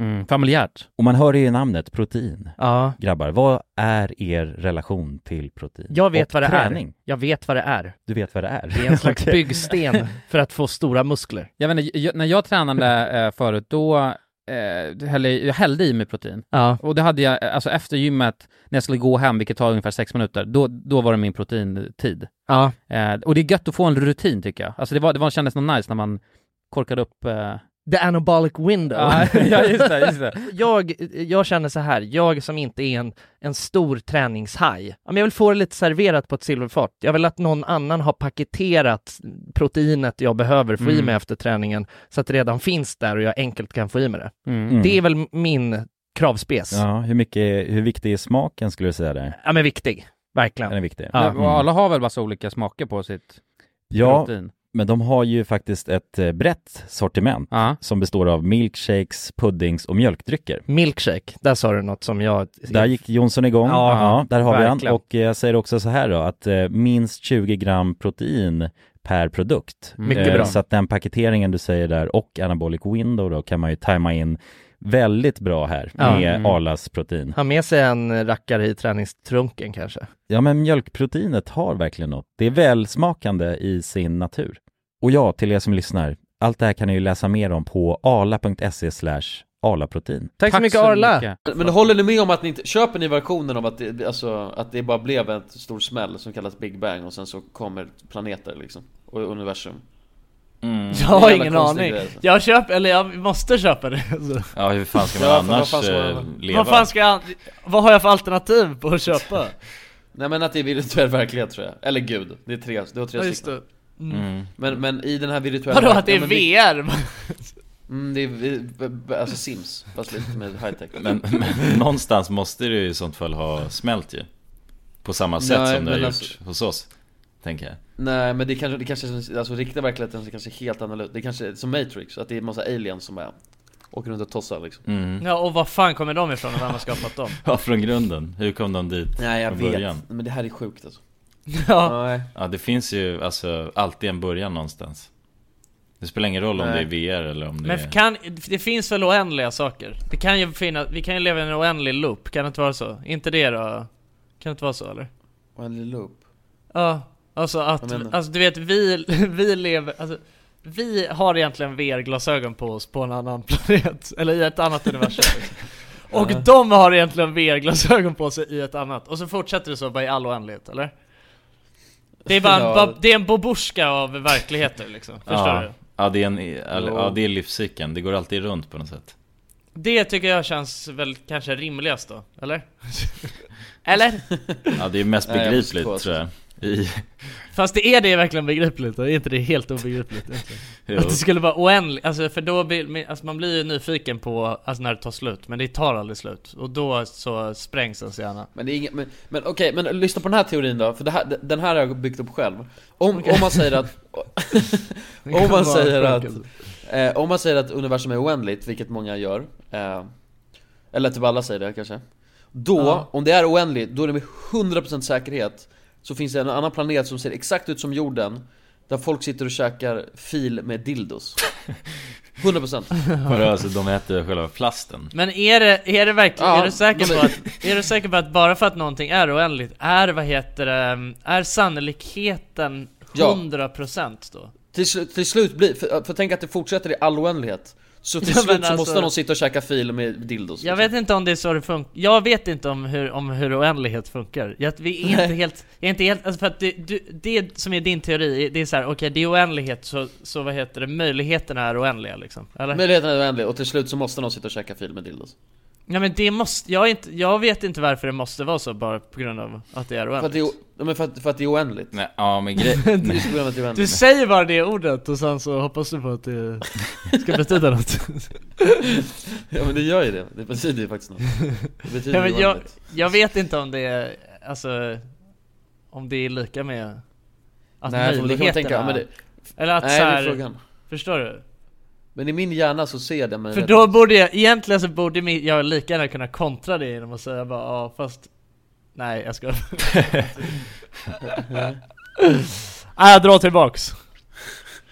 S3: Mm, familjärt.
S1: Och man hör det i namnet, protein.
S2: Ja.
S1: Grabbar, vad är er relation till protein?
S2: Jag vet
S1: Och
S2: vad det
S1: träning?
S2: är. Jag vet vad det är.
S1: Du vet vad det är? <laughs>
S2: Det är en slags
S1: Okej.
S2: byggsten för att få stora muskler.
S3: Jag vet inte, jag, när jag tränade eh, förut, då eh, hällde jag jag hällde i mig protein.
S2: Ja.
S3: Och det hade jag, eh, alltså efter gymmet, när jag skulle gå hem, vilket tar ungefär sex minuter, då, då var det min proteintid.
S2: Ja.
S3: Eh, och det är gött att få en rutin tycker jag. Alltså det, var, det var, kändes nog nice när man korkade upp... Eh...
S2: The anabolic window.
S3: Ja, ja, just det, just det.
S2: <laughs> Jag, jag känner så här, jag som inte är en, en stor träningshaj, ja, men jag vill få det lite serverat på ett silverfat. Jag vill att någon annan har paketerat proteinet jag behöver få i
S3: Mm.
S2: mig efter träningen så att det redan finns där och jag enkelt kan få i mig det.
S1: Mm.
S2: Det är väl min kravspes. Ja,
S1: Ja, hur mycket, hur viktig är smaken skulle du säga där?
S2: men viktig. Verkligen.
S1: Den är viktig.
S3: Ja,
S1: Mm.
S3: och Alla har väl massa olika smaker på sitt
S1: Ja,
S3: protein?
S1: men de har ju faktiskt ett eh, brett sortiment som består av milkshakes, puddings och mjölkdrycker.
S2: Milkshake, där sa du något som jag...
S1: Där gick Jonsson igång.
S2: Ja,
S1: Ja, där har vi
S2: verkligen.
S1: han. Och eh, jag säger också så här då, att eh, minst 20 gram protein per produkt. Eh,
S2: Mm. Mycket bra.
S1: Så att den paketeringen du säger där och anabolic window då kan man ju tajma in väldigt bra här
S2: Ja.
S1: med
S2: Mm.
S1: Arlas protein.
S2: Ha med sig en rackare i träningstrunken kanske.
S1: Ja, men mjölkproteinet har verkligen något. Det är välsmakande i sin natur. Och ja, till er som lyssnar, allt det här kan ni ju läsa mer om på arla.se slash arlaprotein.
S2: Tack så mycket Arla!
S4: Men håller ni med om att ni inte, köper ni versionen av att det, alltså, att det bara blev en stor smäll som kallas Big Bang och sen så kommer planeter liksom? Och universum
S2: Jag
S4: Det är
S2: har
S4: en jävla
S2: ingen
S4: konstig
S2: aning.
S4: grej, alltså.
S2: Jag köper, eller jag måste köpa det. alltså.
S10: Ja hur fan ska man
S4: Ja, fan, vad
S10: annars
S4: fan ska man-
S10: eh,
S4: vad
S10: leva?
S2: Vad fan ska jag, vad har jag för alternativ på att köpa?
S4: Nej men att det är virtuell verklighet tror jag, eller gud, det är tre, det var tre
S2: Ja, just
S4: stycken
S2: det. Mm. Mm.
S4: Men, men i den här virtuella
S2: Vadå att det är
S4: Ja, men vi-
S2: VR?
S4: Mm, det är vi- vi- alltså Sims, fast lite med high
S2: <laughs>
S4: tech
S10: Men, men någonstans måste det ju i sånt fall ha smält ju På samma sätt
S4: Nej,
S10: som det har
S4: men
S10: gjort
S4: alltså-
S10: hos oss Tänker jag <laughs>
S4: Nej men det kanske, det kanske, alltså riktiga verkligheten är kanske helt annorlunda Det kanske är som Matrix, att det är en massa aliens som bara åker runt och tossar liksom
S10: Mm.
S2: <laughs> Ja och var fan kommer de ifrån och vem har
S10: <laughs>
S2: skapat dem?
S10: Ja från grunden, hur kom de dit?
S4: Nej jag
S10: från
S4: vet,
S10: början?
S4: men det här är sjukt alltså
S2: <laughs> Ja.
S10: Ja det finns ju alltså alltid en början någonstans Det spelar ingen roll om
S2: Nej.
S10: det är VR eller om det är...
S2: Men kan, det finns väl oändliga saker? Det kan ju finnas, vi kan ju leva i en oändlig loop, kan det inte vara så? Inte det då? Kan det inte vara så eller?
S4: Oändlig loop?
S2: Ja, alltså att,
S4: Vad menar du?
S2: alltså du vet vi, <laughs> vi lever, alltså vi har egentligen VR-glasögon på oss på en annan <laughs> planet, eller i ett annat universum. Och
S4: Ja.
S2: de har egentligen VR-glasögon på sig i ett annat, och så fortsätter det så bara i all oändlighet, eller? Det är bara en,
S10: Ja.
S2: bab- det är en boborska av verkligheter liksom, förstår
S10: ja.
S2: du?
S10: Ja det är, en, eller,
S2: Jo.
S10: ja, det är livscykeln, det går alltid runt på något sätt
S2: Det tycker jag känns väl kanske rimligast då, eller? <laughs> eller?
S10: Ja det är mest
S2: Nej, jag
S10: begripligt
S2: förstår.
S10: tror jag
S1: I,
S2: <laughs> Fast det är det verkligen begripligt, och är inte det helt obegripligt egentligen?
S1: Jo.
S2: Att det skulle vara oändligt, alltså för då blir, men- alltså man blir ju nyfiken på alltså när det tar slut, men det tar aldrig slut. Och då så sprängs ens hjärna.
S4: Men, det är inget, men, men okej, men lyssna på den här teorin då, för det här, den här har jag byggt upp själv Om, om man säger att...
S2: <laughs> Den kan
S4: om man
S2: vara
S4: säger att...
S2: enkel.
S4: Eh, om man säger att universum är oändligt, vilket många gör eh, Eller typ alla säger det kanske Då,
S2: Ja.
S4: om det är oändligt, då är det med 100% säkerhet Så finns det en annan planet som ser exakt ut som jorden Där folk sitter och käkar fil med
S2: <laughs>
S4: dildos 100%
S1: Vadå, alltså de äter själva plasten?
S2: Men är det, är det verkligen,
S4: Ja,
S2: är, du säker
S4: men-
S2: på att, är du säker på att bara för att någonting är oändligt, är vad heter det, är sannolikheten
S4: Ja.
S2: 100% då?
S4: Till, slu- till slut blir, för, för tänk att det fortsätter i all oändlighet Så till
S2: <laughs> Ja,
S4: slut
S2: men
S4: så
S2: alltså-
S4: måste någon sitta och käka fil med dildos liksom.
S2: Jag vet inte om det är så det funkar, jag vet inte om hur, om hur oändlighet funkar. Jag, vi är inte
S4: Nej.
S2: helt, jag är inte helt, alltså för att det, du, det som är din teori, det är så här, okej det är oändlighet så, så vad heter det, möjligheterna är oändliga liksom, eller?
S4: Möjligheten är oändlig och till slut så måste någon sitta och käka fil med dildos
S2: Nej men det måste, jag, är inte, jag vet inte varför det måste vara så bara på grund av att det är
S4: För att
S2: oändligt.
S4: det är, o- ja, men för att, för att det är oändligt
S1: Nej, ja men grej...
S2: <laughs>
S4: Det är just på grund av att det är
S2: Du
S4: oändligt
S2: säger bara det ordet och sen så hoppas du på att
S4: <laughs>
S2: det ska betyda något.
S4: Ja men det gör ju det, det betyder
S2: <laughs>
S4: ju faktiskt något Det betyder
S2: Ja, men
S4: ju
S2: jag,
S4: oändligt
S2: jag vet inte om det är, alltså, om det är lika med att
S4: Nej, för då kan man
S2: möjligheterna...
S4: tänka, ja, men det-
S2: eller alltså, att
S4: Nej,
S2: så
S4: det är
S2: här,
S4: frågan.
S2: Förstår du?
S4: Men i min hjärna så ser jag det
S2: För
S4: möjligheten
S2: då borde jag, egentligen så borde min- jag lika gärna kunna kontra det genom att säga bara ja fast Nej jag <laughs>
S4: <laughs>
S2: ska Nej jag drar tillbaks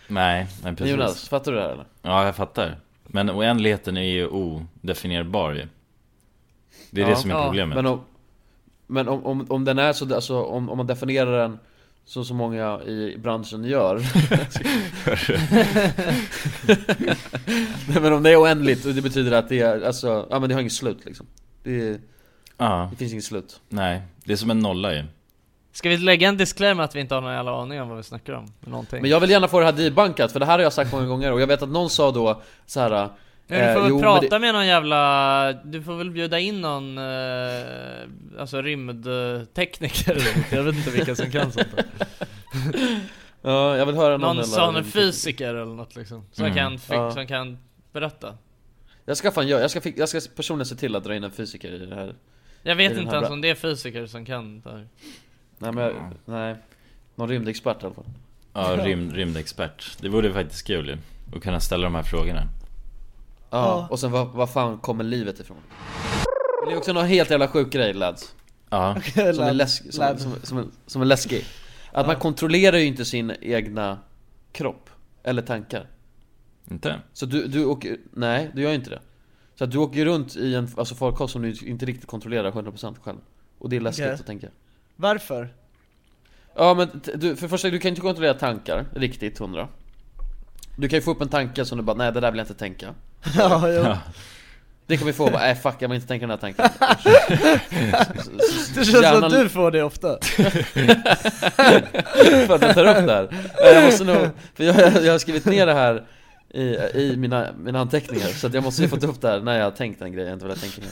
S1: Nej, men precis
S4: Jonas, fattar du det här eller?
S1: Ja, jag fattar Men oändligheten är ju odefinierbar ju Det är
S4: Ja.
S1: det som är problemet
S4: Men om, men om, om, om den är så, alltså om, om man definierar den så som många i branschen gör <laughs> Nej men om det är oändligt, och det betyder att det är, alltså, ja men det har inget slut liksom Det, är,
S1: Ja.
S4: det finns inget slut
S1: Nej, det är som en nolla ju
S2: Ska vi lägga en disclaimer att vi inte har någon jävla aning om vad vi snackar om? Någonting
S4: Men jag vill gärna få det här debankat, för det här har jag sagt många gånger och jag vet att någon sa då så här.
S2: Ja, du får
S4: eh,
S2: väl
S4: jo, men
S2: prata
S4: det-
S2: med någon jävla... Du får väl bjuda in någon... Eh, alltså rymdtekniker eller något. Jag vet inte vilka som kan sånt där.
S4: Ja, jag vill höra någon
S2: Någon
S4: jävla-
S2: sån fysiker eller något liksom. Som,
S4: Mm.
S2: kan, fi-
S4: Ja.
S2: som kan berätta.
S4: Jag ska fan göra, jag ska, fi- jag ska personligen se till att dra in en fysiker i det här
S2: Jag
S4: i
S2: vet
S4: den
S2: inte
S4: här
S2: ens
S4: bra-
S2: om det är fysiker som kan det här.
S4: Nej men, jag- nej Någon rymdexpert i alla fall
S1: Ja, rymd, rymdexpert Det vore faktiskt kul ju Att kunna ställa de här frågorna
S4: Ja, och sen vad, vad fan kommer livet ifrån? Det är också någon helt jävla sjuk grej lads
S1: Ja
S4: Som är, läsk, som, som, som, är, som är läskig Att man kontrollerar ju inte sin egna kropp Eller tankar
S1: Inte?
S4: Så du, du åker, nej du gör ju inte det Så att du åker runt i en alltså farkost som du inte riktigt kontrollerar 100% själv Och det är läskigt
S11: Okej.
S4: att tänka
S11: Varför?
S4: Ja men t- du, för det första, du kan ju inte kontrollera tankar riktigt 100 Du kan ju få upp en tanke som du bara, nej det där vill jag inte tänka
S11: <laughs> Ja, jo.
S1: Ja.
S4: Det kan vi få, bara, nej fuck jag vill inte tänka den här tanken
S11: <laughs> Det känns som
S4: Hjärnan-
S11: att du får det ofta
S4: <laughs> för att jag tar upp det här Nej, Jag måste nog, för jag, jag har skrivit ner det här i, i mina, mina anteckningar Så att jag måste ju fått upp det här när jag har tänkt den grejen, inte vad jag tänker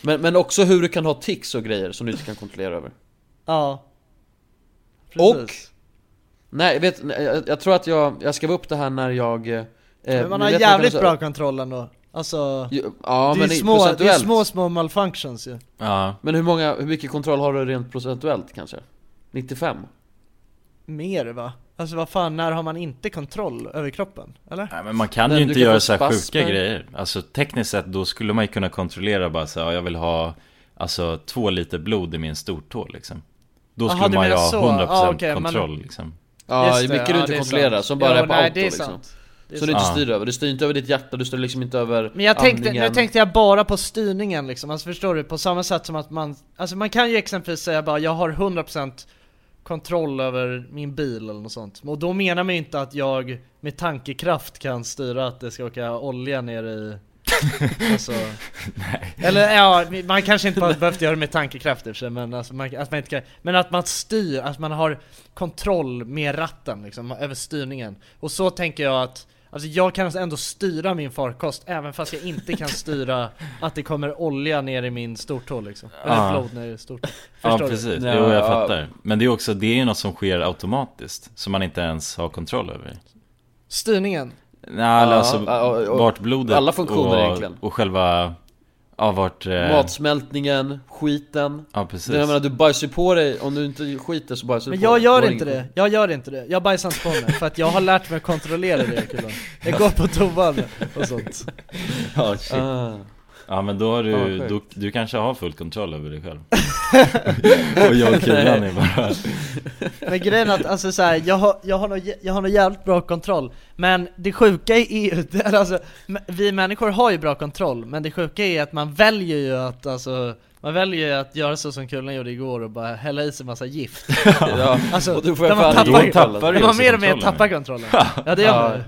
S4: men, men också hur du kan ha tics och grejer som du inte kan kontrollera över
S11: Ja
S4: Och? Nej, vet, nej, jag, jag tror att jag, jag skrev upp det här när jag eh,
S11: Men man
S4: ni
S11: har
S4: vet, kan
S11: jävligt
S4: så-
S11: bra kontroll ändå Alltså,
S4: Jo, ja,
S11: det, är
S4: men i-
S11: små, det är
S4: procentuellt.
S11: små små malfunctions ju
S1: Ja
S4: Men hur många, hur mycket kontroll har du rent procentuellt kanske? 95?
S11: Mer va? Alltså vad fan, när har man inte kontroll över kroppen? Eller?
S1: Nej, Men man kan
S11: Men
S1: ju
S11: du
S1: inte
S11: kan få
S1: göra så här
S11: spasmer.
S1: sjuka grejer Alltså tekniskt sett, då skulle man ju kunna kontrollera bara så här, ja, jag vill ha Alltså två liter blod i min stortå liksom Då
S11: Aha,
S1: skulle
S11: du
S1: man ju
S11: menar
S1: ha 100%
S11: så. Ja, okej, man-
S1: kontroll liksom
S4: Ja,
S11: Just
S4: hur
S11: det,
S4: mycket
S11: ja,
S4: du
S11: det
S4: inte
S11: är
S4: kontrollar
S11: sant.
S4: som bara
S11: Ja,
S4: är på
S11: nej,
S4: auto
S11: det är
S4: liksom
S11: sant. Det är
S4: Som du inte
S11: sant.
S4: styr över, du styr inte över ditt hjärta, du styr liksom inte över
S11: Men jag tänkte, nu
S4: andningen.
S11: tänkte jag bara på styrningen liksom, alltså förstår du? På samma sätt som att man, alltså man kan ju exempelvis säga bara jag har 100% kontroll över min bil eller något sånt. Och då menar man ju inte att jag med tankekraft kan styra att det ska åka olja ner
S4: <laughs>
S11: i... alltså... Eller ja, man kanske
S1: <laughs>
S11: inte bara behövt göra det med tankekraft i och för sig men alltså man, att man inte kan, Men att man styr, att man har kontroll med ratten liksom, över styrningen. Och så tänker jag att
S2: Alltså jag kan ändå styra min farkost även fast jag inte
S1: <laughs>
S2: kan styra att det kommer olja ner i min stortå liksom. Eller
S1: Ja.
S2: förlåt, ner i stortå.
S1: Ja
S2: Förstår du?
S1: precis, jo jag fattar. Men det är också, det är ju något som sker automatiskt, som man inte ens har kontroll över.
S2: Styrningen.
S1: Nej, eller
S4: Ja,
S1: alltså
S4: och- och-
S1: vart blodet
S4: alla funktioner
S1: och,
S4: egentligen.
S1: och själva, ja vart... eh,
S4: Matsmältningen, skiten
S1: Ja, precis.
S4: Det, jag menar du bajsar ju på dig, om du inte skiter så bajsar du
S2: Men
S4: på
S2: jag
S4: dig
S2: gör
S4: Då är
S2: inte
S4: ingen-
S2: det, jag gör inte det. Jag bajsar inte på mig för att jag har lärt mig att kontrollera det kulan. Jag går på toan och sånt.
S1: Ja, shit.
S4: Ah.
S1: Ja men då har
S4: Fan,
S1: du,
S4: vad sjukt.
S1: du, du kanske har full kontroll över dig
S4: <laughs>
S1: själv Och jag och kulan är bara
S2: Men grejen är att alltså, så här, jag, har, jag, har nog, jä- jag har nog jävligt bra kontroll Men det sjuka är ju, <laughs> det är alltså, m- vi människor har ju bra kontroll Men det sjuka är att man väljer ju att alltså man väljer ju att göra så som Kulan gjorde igår och bara hälla i sig massa
S4: <laughs>
S2: gift <laughs> Alltså,
S4: Ja, och då får jag
S2: när man
S4: fan-
S2: tappar,
S4: då tappar du
S2: när man
S4: också
S2: mer och mer
S4: kontrollen.
S2: tappar
S4: <laughs>
S2: kontrollen Ja det gör man ju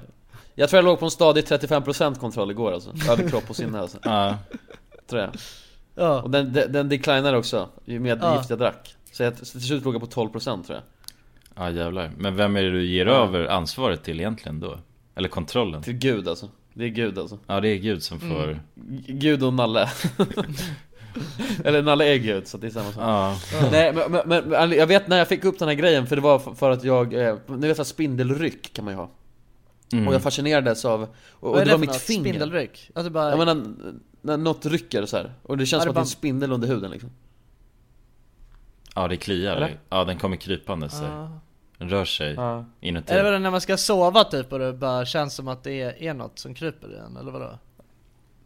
S4: Jag tror jag låg på en stadig 35% kontroll igår alltså, över kropp och sinne alltså Tror jag
S2: Ja.
S4: Och den, den, den declinar också, ju mer
S2: Ja.
S4: gift jag drack Så jag till slut låg jag på 12% tror jag
S1: Ja jävlar, men vem är det du ger över ansvaret till egentligen då? Eller kontrollen?
S4: Till Gud alltså, det är Gud alltså
S1: Ja det är Gud som får
S4: Mm. G- Gud och Nalle <laughs> Eller Nalle är Gud, så det är samma sak
S1: Ja.
S4: Nej men, men, men men jag vet när jag fick upp den här grejen, för det var f- för att jag, eh, ni vet att spindelryck kan man ju ha
S2: Mm.
S4: Och jag fascinerades av, och, och
S2: Vad är det
S4: det, var
S2: för
S4: mitt
S2: något?
S4: finger
S2: Spindelryck? Att du bara,
S4: Jag menar, när något rycker så här. och det känns
S2: Ja, det
S4: som att det är
S2: bara-
S4: en spindel under huden liksom
S1: Ja det kliar
S4: Eller?
S1: Ja den kommer krypande
S4: alltså,
S1: så här.
S2: Ja.
S1: Den rör sig
S4: Ja.
S1: inuti
S2: Eller vadå när man ska sova typ och det bara känns som att det är, är något som kryper i en eller vadå?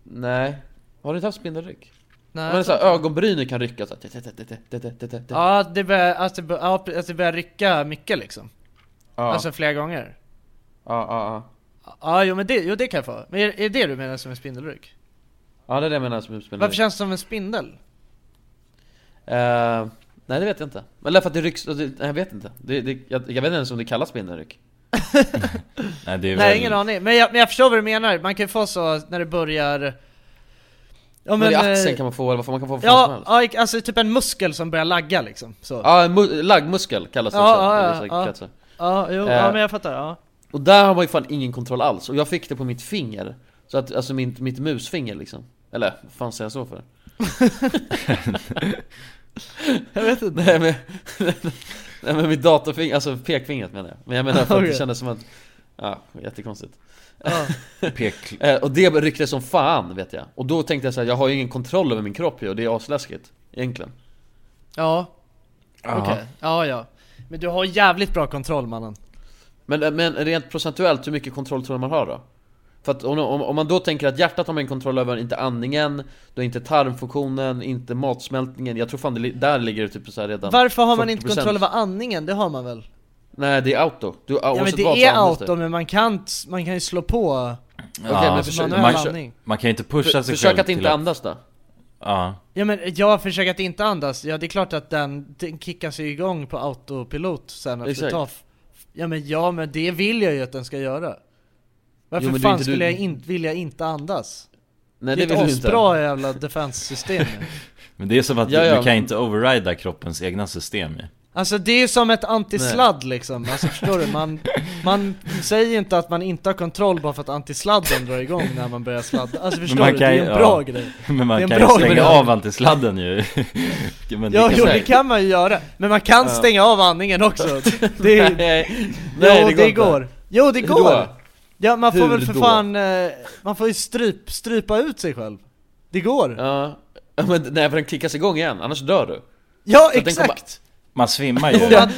S4: Nej Har du inte haft spindelryck?
S2: Nej,
S4: Nej,
S2: jag
S4: men så här,
S2: tror
S4: ögonbrynen kan rycka så här. tete, tete, tete, tete, tete.
S2: Ja, det börjar, alltså, det bör- ja, pre- alltså, det börjar rycka mycket liksom.
S4: Ja.
S2: Alltså flera gånger.
S4: Ja, ja,
S2: ja. Ja, jo men det, jo, det kan jag få. Men är, är det du menar som en spindelryck?
S4: Ja det är det jag menar som spindelryck
S2: Varför känns det som en spindel?
S4: Eh, nej det vet jag inte. Men därför att det rycks, och det, nej, jag vet inte. Det, det, jag, jag vet inte ens om det kallas spindelryck.
S1: Nej det är
S2: Nej,
S1: väl...
S2: ingen aning. Men jag, men jag förstår vad du menar. Man kan ju få så när det börjar... Ja,
S4: men, I axeln
S2: eh,
S4: kan man få, eller vad fan- man kan få vad fan som
S2: Ja,
S4: helst.
S2: ja, alltså typ en muskel som börjar lagga liksom. Så.
S4: Ja, en mu- laggmuskel kallas det
S2: Ja,
S4: också.
S2: ja,
S4: i
S2: ja,
S4: vissa
S2: ja.
S4: kretsar.
S2: Ja, jo,
S4: Eh,
S2: ja men jag fattar. Ja.
S4: Och där har man ju fan ingen kontroll alls. Och jag fick det på mitt finger. Så att, alltså mitt, mitt musfinger liksom. Eller, vad fan säger jag så för?
S2: <laughs> jag vet inte.
S4: Nej men, <laughs> nej, men mitt datorfinger, alltså pekfingret menar jag. Men jag menar för att
S1: Okej.
S4: det kändes som att, ja, jättekonstigt. <laughs>
S1: Pek-
S4: Eh, och det rycktes som fan vet jag. Och då tänkte jag så här, jag har ju ingen kontroll över min kropp ju och det är asläskigt. Egentligen.
S2: Ja.
S4: Ja.
S2: Okej. Ja, ja. Men du har jävligt bra kontroll mannen.
S4: Men, eh, men rent procentuellt, hur mycket kontroll tror du man har då? För att om, om, om man då tänker att hjärtat har man kontroll över, inte andningen, då inte tarmfunktionen, inte matsmältningen. Jag tror fan det, li- där ligger det typ så här redan
S2: Varför har man inte
S4: 40%.
S2: kontroll över andningen? Det har man väl?
S4: Nej det är auto. Du,
S2: Ja men
S4: oavsett
S2: det
S4: vad så
S2: är
S4: andas det.
S2: auto, men man kan, man kan ju slå på
S4: Okej, men
S2: alltså
S4: försök-
S2: manuell
S4: man-
S2: andning.
S1: Man kan ju inte pusha
S4: För-
S1: sig
S4: försök
S1: själv
S4: att inte
S1: till
S4: andas då.
S1: Ja
S2: Ja men jag försöker att inte andas, ja det är klart att den, den kickas ju igång på autopilot sen efter
S4: Exakt.
S2: ett tag Ja men ja men det vill jag ju att den ska göra Varför
S4: men det är
S2: fan
S4: inte du-
S2: skulle jag in, vill jag inte andas?
S4: Nej,
S2: det
S4: det
S2: är
S4: vill
S2: ett
S4: du inte.
S2: asbra jävla
S4: <laughs>
S2: defense-system ju.
S1: Men det är som att
S4: Ja,
S1: du,
S4: ja,
S1: du kan
S4: men-
S1: inte overrida kroppens egna system ju <laughs>
S2: Alltså det är ju som ett antisladd liksom, alltså förstår du? Man, man säger inte att man inte har kontroll bara för att antisladden drar igång när man börjar sladda Alltså
S1: Men
S2: förstår
S1: man
S2: du?
S1: kan
S2: Det är
S1: ju-
S2: en bra
S1: ja.
S2: grej
S1: Men man
S2: Det är en
S1: kan ju
S2: bra
S1: stänga
S2: grej.
S1: av antisladden ju <laughs> Men
S2: Ja,
S1: det
S2: jo
S1: kan-
S2: det kan man ju göra, men man kan
S1: Ja.
S2: stänga av andningen
S4: <laughs>
S2: också det är,
S4: <laughs> Nej,
S2: jo,
S4: nej, det
S2: det,
S4: går inte.
S2: går Jo det
S4: Hur
S2: går!
S4: då?
S2: Ja man får
S4: Hur
S2: väl för
S4: då?
S2: fan, eh, man får ju stryp, strypa ut sig själv Det går!
S4: Ja, men nej för den kickas igång igen, annars dör du
S2: Ja,
S4: Så att den kommer-
S2: exakt.
S1: Man svimmar
S4: ju
S2: Ja.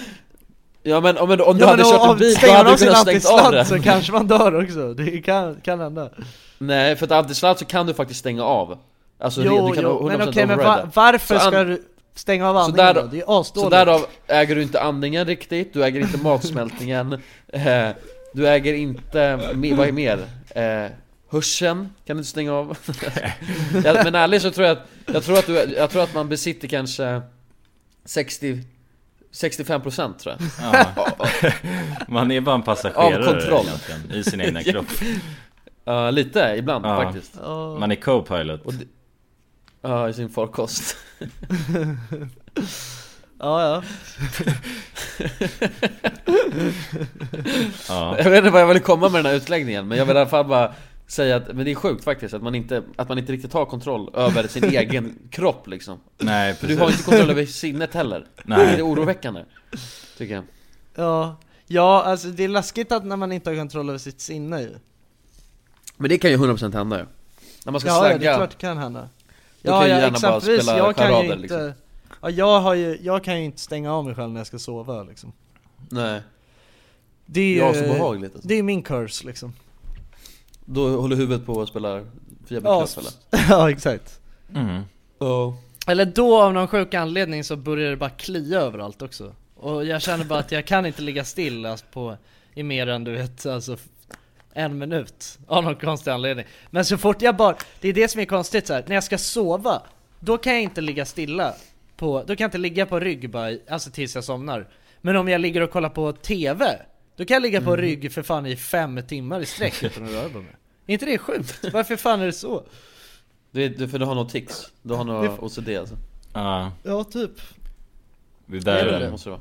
S4: Ja men om, om du
S2: ja,
S4: hade
S2: men
S4: kört
S2: om,
S4: en bil då
S2: stänger man
S4: hade
S2: av
S4: du
S2: sin
S4: kunnat stängt av
S2: antisladd
S4: den
S2: så kanske man dör också, det kan, kan hända
S4: Nej för att antisladd så kan du faktiskt stänga av Alltså
S2: Jo,
S4: det- du kan
S2: jo,
S4: 100%
S2: men okej men
S4: overrida.
S2: va, varför
S4: Så an-
S2: ska du stänga av
S4: så,
S2: andningen då?
S4: där,
S2: Det är ju
S4: så
S2: asdåligt
S4: därav äger du inte andningen riktigt, du äger inte matsmältningen <laughs> eh, Du äger inte, me- vad är mer? Eh, hörseln kan du inte stänga av <laughs> ja, Men ärligt så tror jag att, jag tror att, du, jag tror att man besitter kanske 60 65% tror jag
S1: Ja. Man är bara en passagerare
S4: Av kontroll.
S1: egentligen, i sin egna kropp.
S4: Ja, lite ibland
S1: Ja.
S4: faktiskt
S1: Man är co-pilot
S4: <laughs> Ja, i sin farkost
S2: Ja, ja
S4: Jag vet inte vad jag ville komma med den här utläggningen, men jag vill i alla fall bara säga att men det är sjukt faktiskt att man inte, att man inte riktigt har kontroll
S2: <laughs>
S4: över sin egen kropp liksom.
S1: Nej,
S4: För Du har
S1: precis.
S4: inte kontroll över sinnet heller.
S1: Nej.
S4: Det är oroväckande, tycker jag.
S2: Ja, ja alltså det är läskigt att när man inte har kontroll över sitt sinne ju.
S4: Men det kan ju 100% hända ju. När man ska
S2: ja, ja, det är
S4: slagga.
S2: klart det kan hända.
S4: Då kan ju gärna bara spela
S2: jag kan ju
S4: charader,
S2: inte,
S4: liksom.
S2: ja, jag, har ju, jag kan ju inte stänga av mig själv när jag ska sova liksom.
S4: Nej.
S2: Det är ju,
S4: Ja, så behagligt, alltså.
S2: Det är min curse liksom.
S4: Då håller huvudet på att spela
S2: Ja,
S4: Fiabilkross eller?
S2: s- <laughs> ja, exakt.
S12: Mm.
S4: Ja.
S2: Eller då av någon sjuk anledning så börjar det bara klia överallt också. Och jag känner bara att jag kan inte ligga still alltså, på, i mer än du vet, alltså f- en minut. Av någon konstig anledning. Men så fort jag bara, det är det som är konstigt så här. när jag ska sova, då kan jag inte ligga stilla. På, då kan jag inte ligga på rygg bara, i- alltså tills jag somnar. Men om jag ligger och kollar på TV, då kan jag ligga på
S4: Mm.
S2: rygg för fan i fem timmar i sträck utan att röra på mig. Är inte det sjukt? Varför fan är det så?
S4: Du, är- du, för du har något tics, du har
S2: Det
S4: något
S2: är-
S4: OCD alltså?
S1: Ja,
S2: Ja, typ.
S1: det
S4: Det
S1: där
S4: är väl det, måste det vara.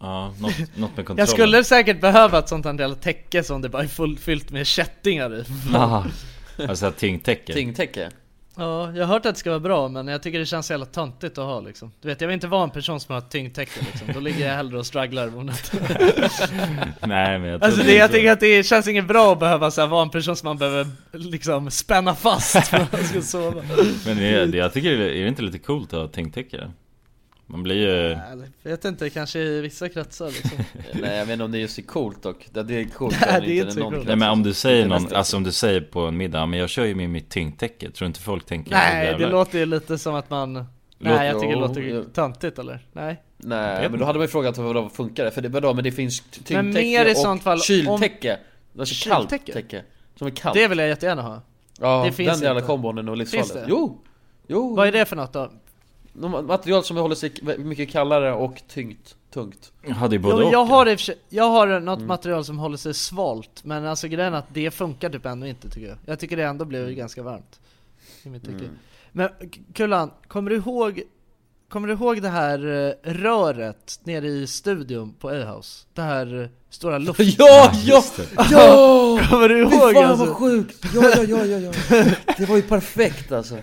S1: Ja, något, något med kontrollen
S2: Jag skulle säkert behöva ett sånt här del täcke som det bara är full, fyllt med kättingar i. <laughs>
S1: Aha. Alltså tyngdtäcke
S4: Tyngdtäcke?
S2: Ja, jag har hört att det ska vara bra men jag tycker det känns så jävla töntigt att ha liksom. Du vet, jag vill inte vara en person som har ett tyngdtäcke liksom. Då ligger jag hellre och strugglar om natten.
S1: Nej men jag tror
S2: <laughs> Alltså det, jag tycker att det känns inget bra att behöva så här, vara en person som man behöver liksom spänna fast för att man ska <laughs> sova.
S1: Men det, det, jag tycker, det- är det inte lite coolt att ha tyngdtäcke? då? Man blir ju...
S2: Eller, Vet inte, kanske i vissa kretsar <laughs> liksom.
S4: Nej jag vet inte om det just är coolt dock, det det är coolt
S2: Nej,
S4: men
S2: det är inte så
S4: någon
S2: coolt.
S4: krets.
S1: Nej men om du säger
S4: Inte
S1: någon,
S4: nästa.
S1: alltså om du säger på en middag, "Ja, men jag kör ju med mitt tyngdtäcke, tror inte folk tänker "Åh,
S2: Nej, det
S1: jävlar."
S2: låter ju lite som att man... Nej, jag tycker det låter töntigt eller? Nej.
S4: Nej
S2: Vet
S4: men då hade man ju frågat vadå funkar det? För det, vadå men det finns tyngdtäcke
S2: Men mer i
S4: och
S2: sånt fall om-
S4: kyltäcke Alltså kallt
S2: Kyltäcke?
S4: täcke, som är kallt
S2: Det vill jag jättegärna ha.
S4: Ja,
S2: det finns
S4: den jävla
S2: inte.
S4: kombon är nog livsfarlig.
S2: Finns det?
S4: Jo! Jo!
S2: Vad är det för något då?
S4: De material som håller sig mycket kallare och tyngt, tungt
S1: Jaha det är
S2: Jo,
S1: både
S2: men
S1: och
S2: jag, har i och för sig, jag har något
S4: Mm.
S2: material som håller sig svalt, men alltså grejen är att det funkar typ ändå inte tycker jag. Jag tycker det ändå blev ganska varmt. I mitt tycke.
S4: Mm.
S2: Men K- Kullan, kommer du ihåg Kommer du ihåg det här eh, röret nere i studion på A-house? Det här eh,
S4: <laughs>
S2: stora luft...
S4: <laughs> Ja, ja, Just det. ja!
S2: Kommer du ihåg
S4: Fy fan, vad
S2: alltså?
S4: sjukt! Ja, ja, ja, ja, ja. Det var ju perfekt alltså!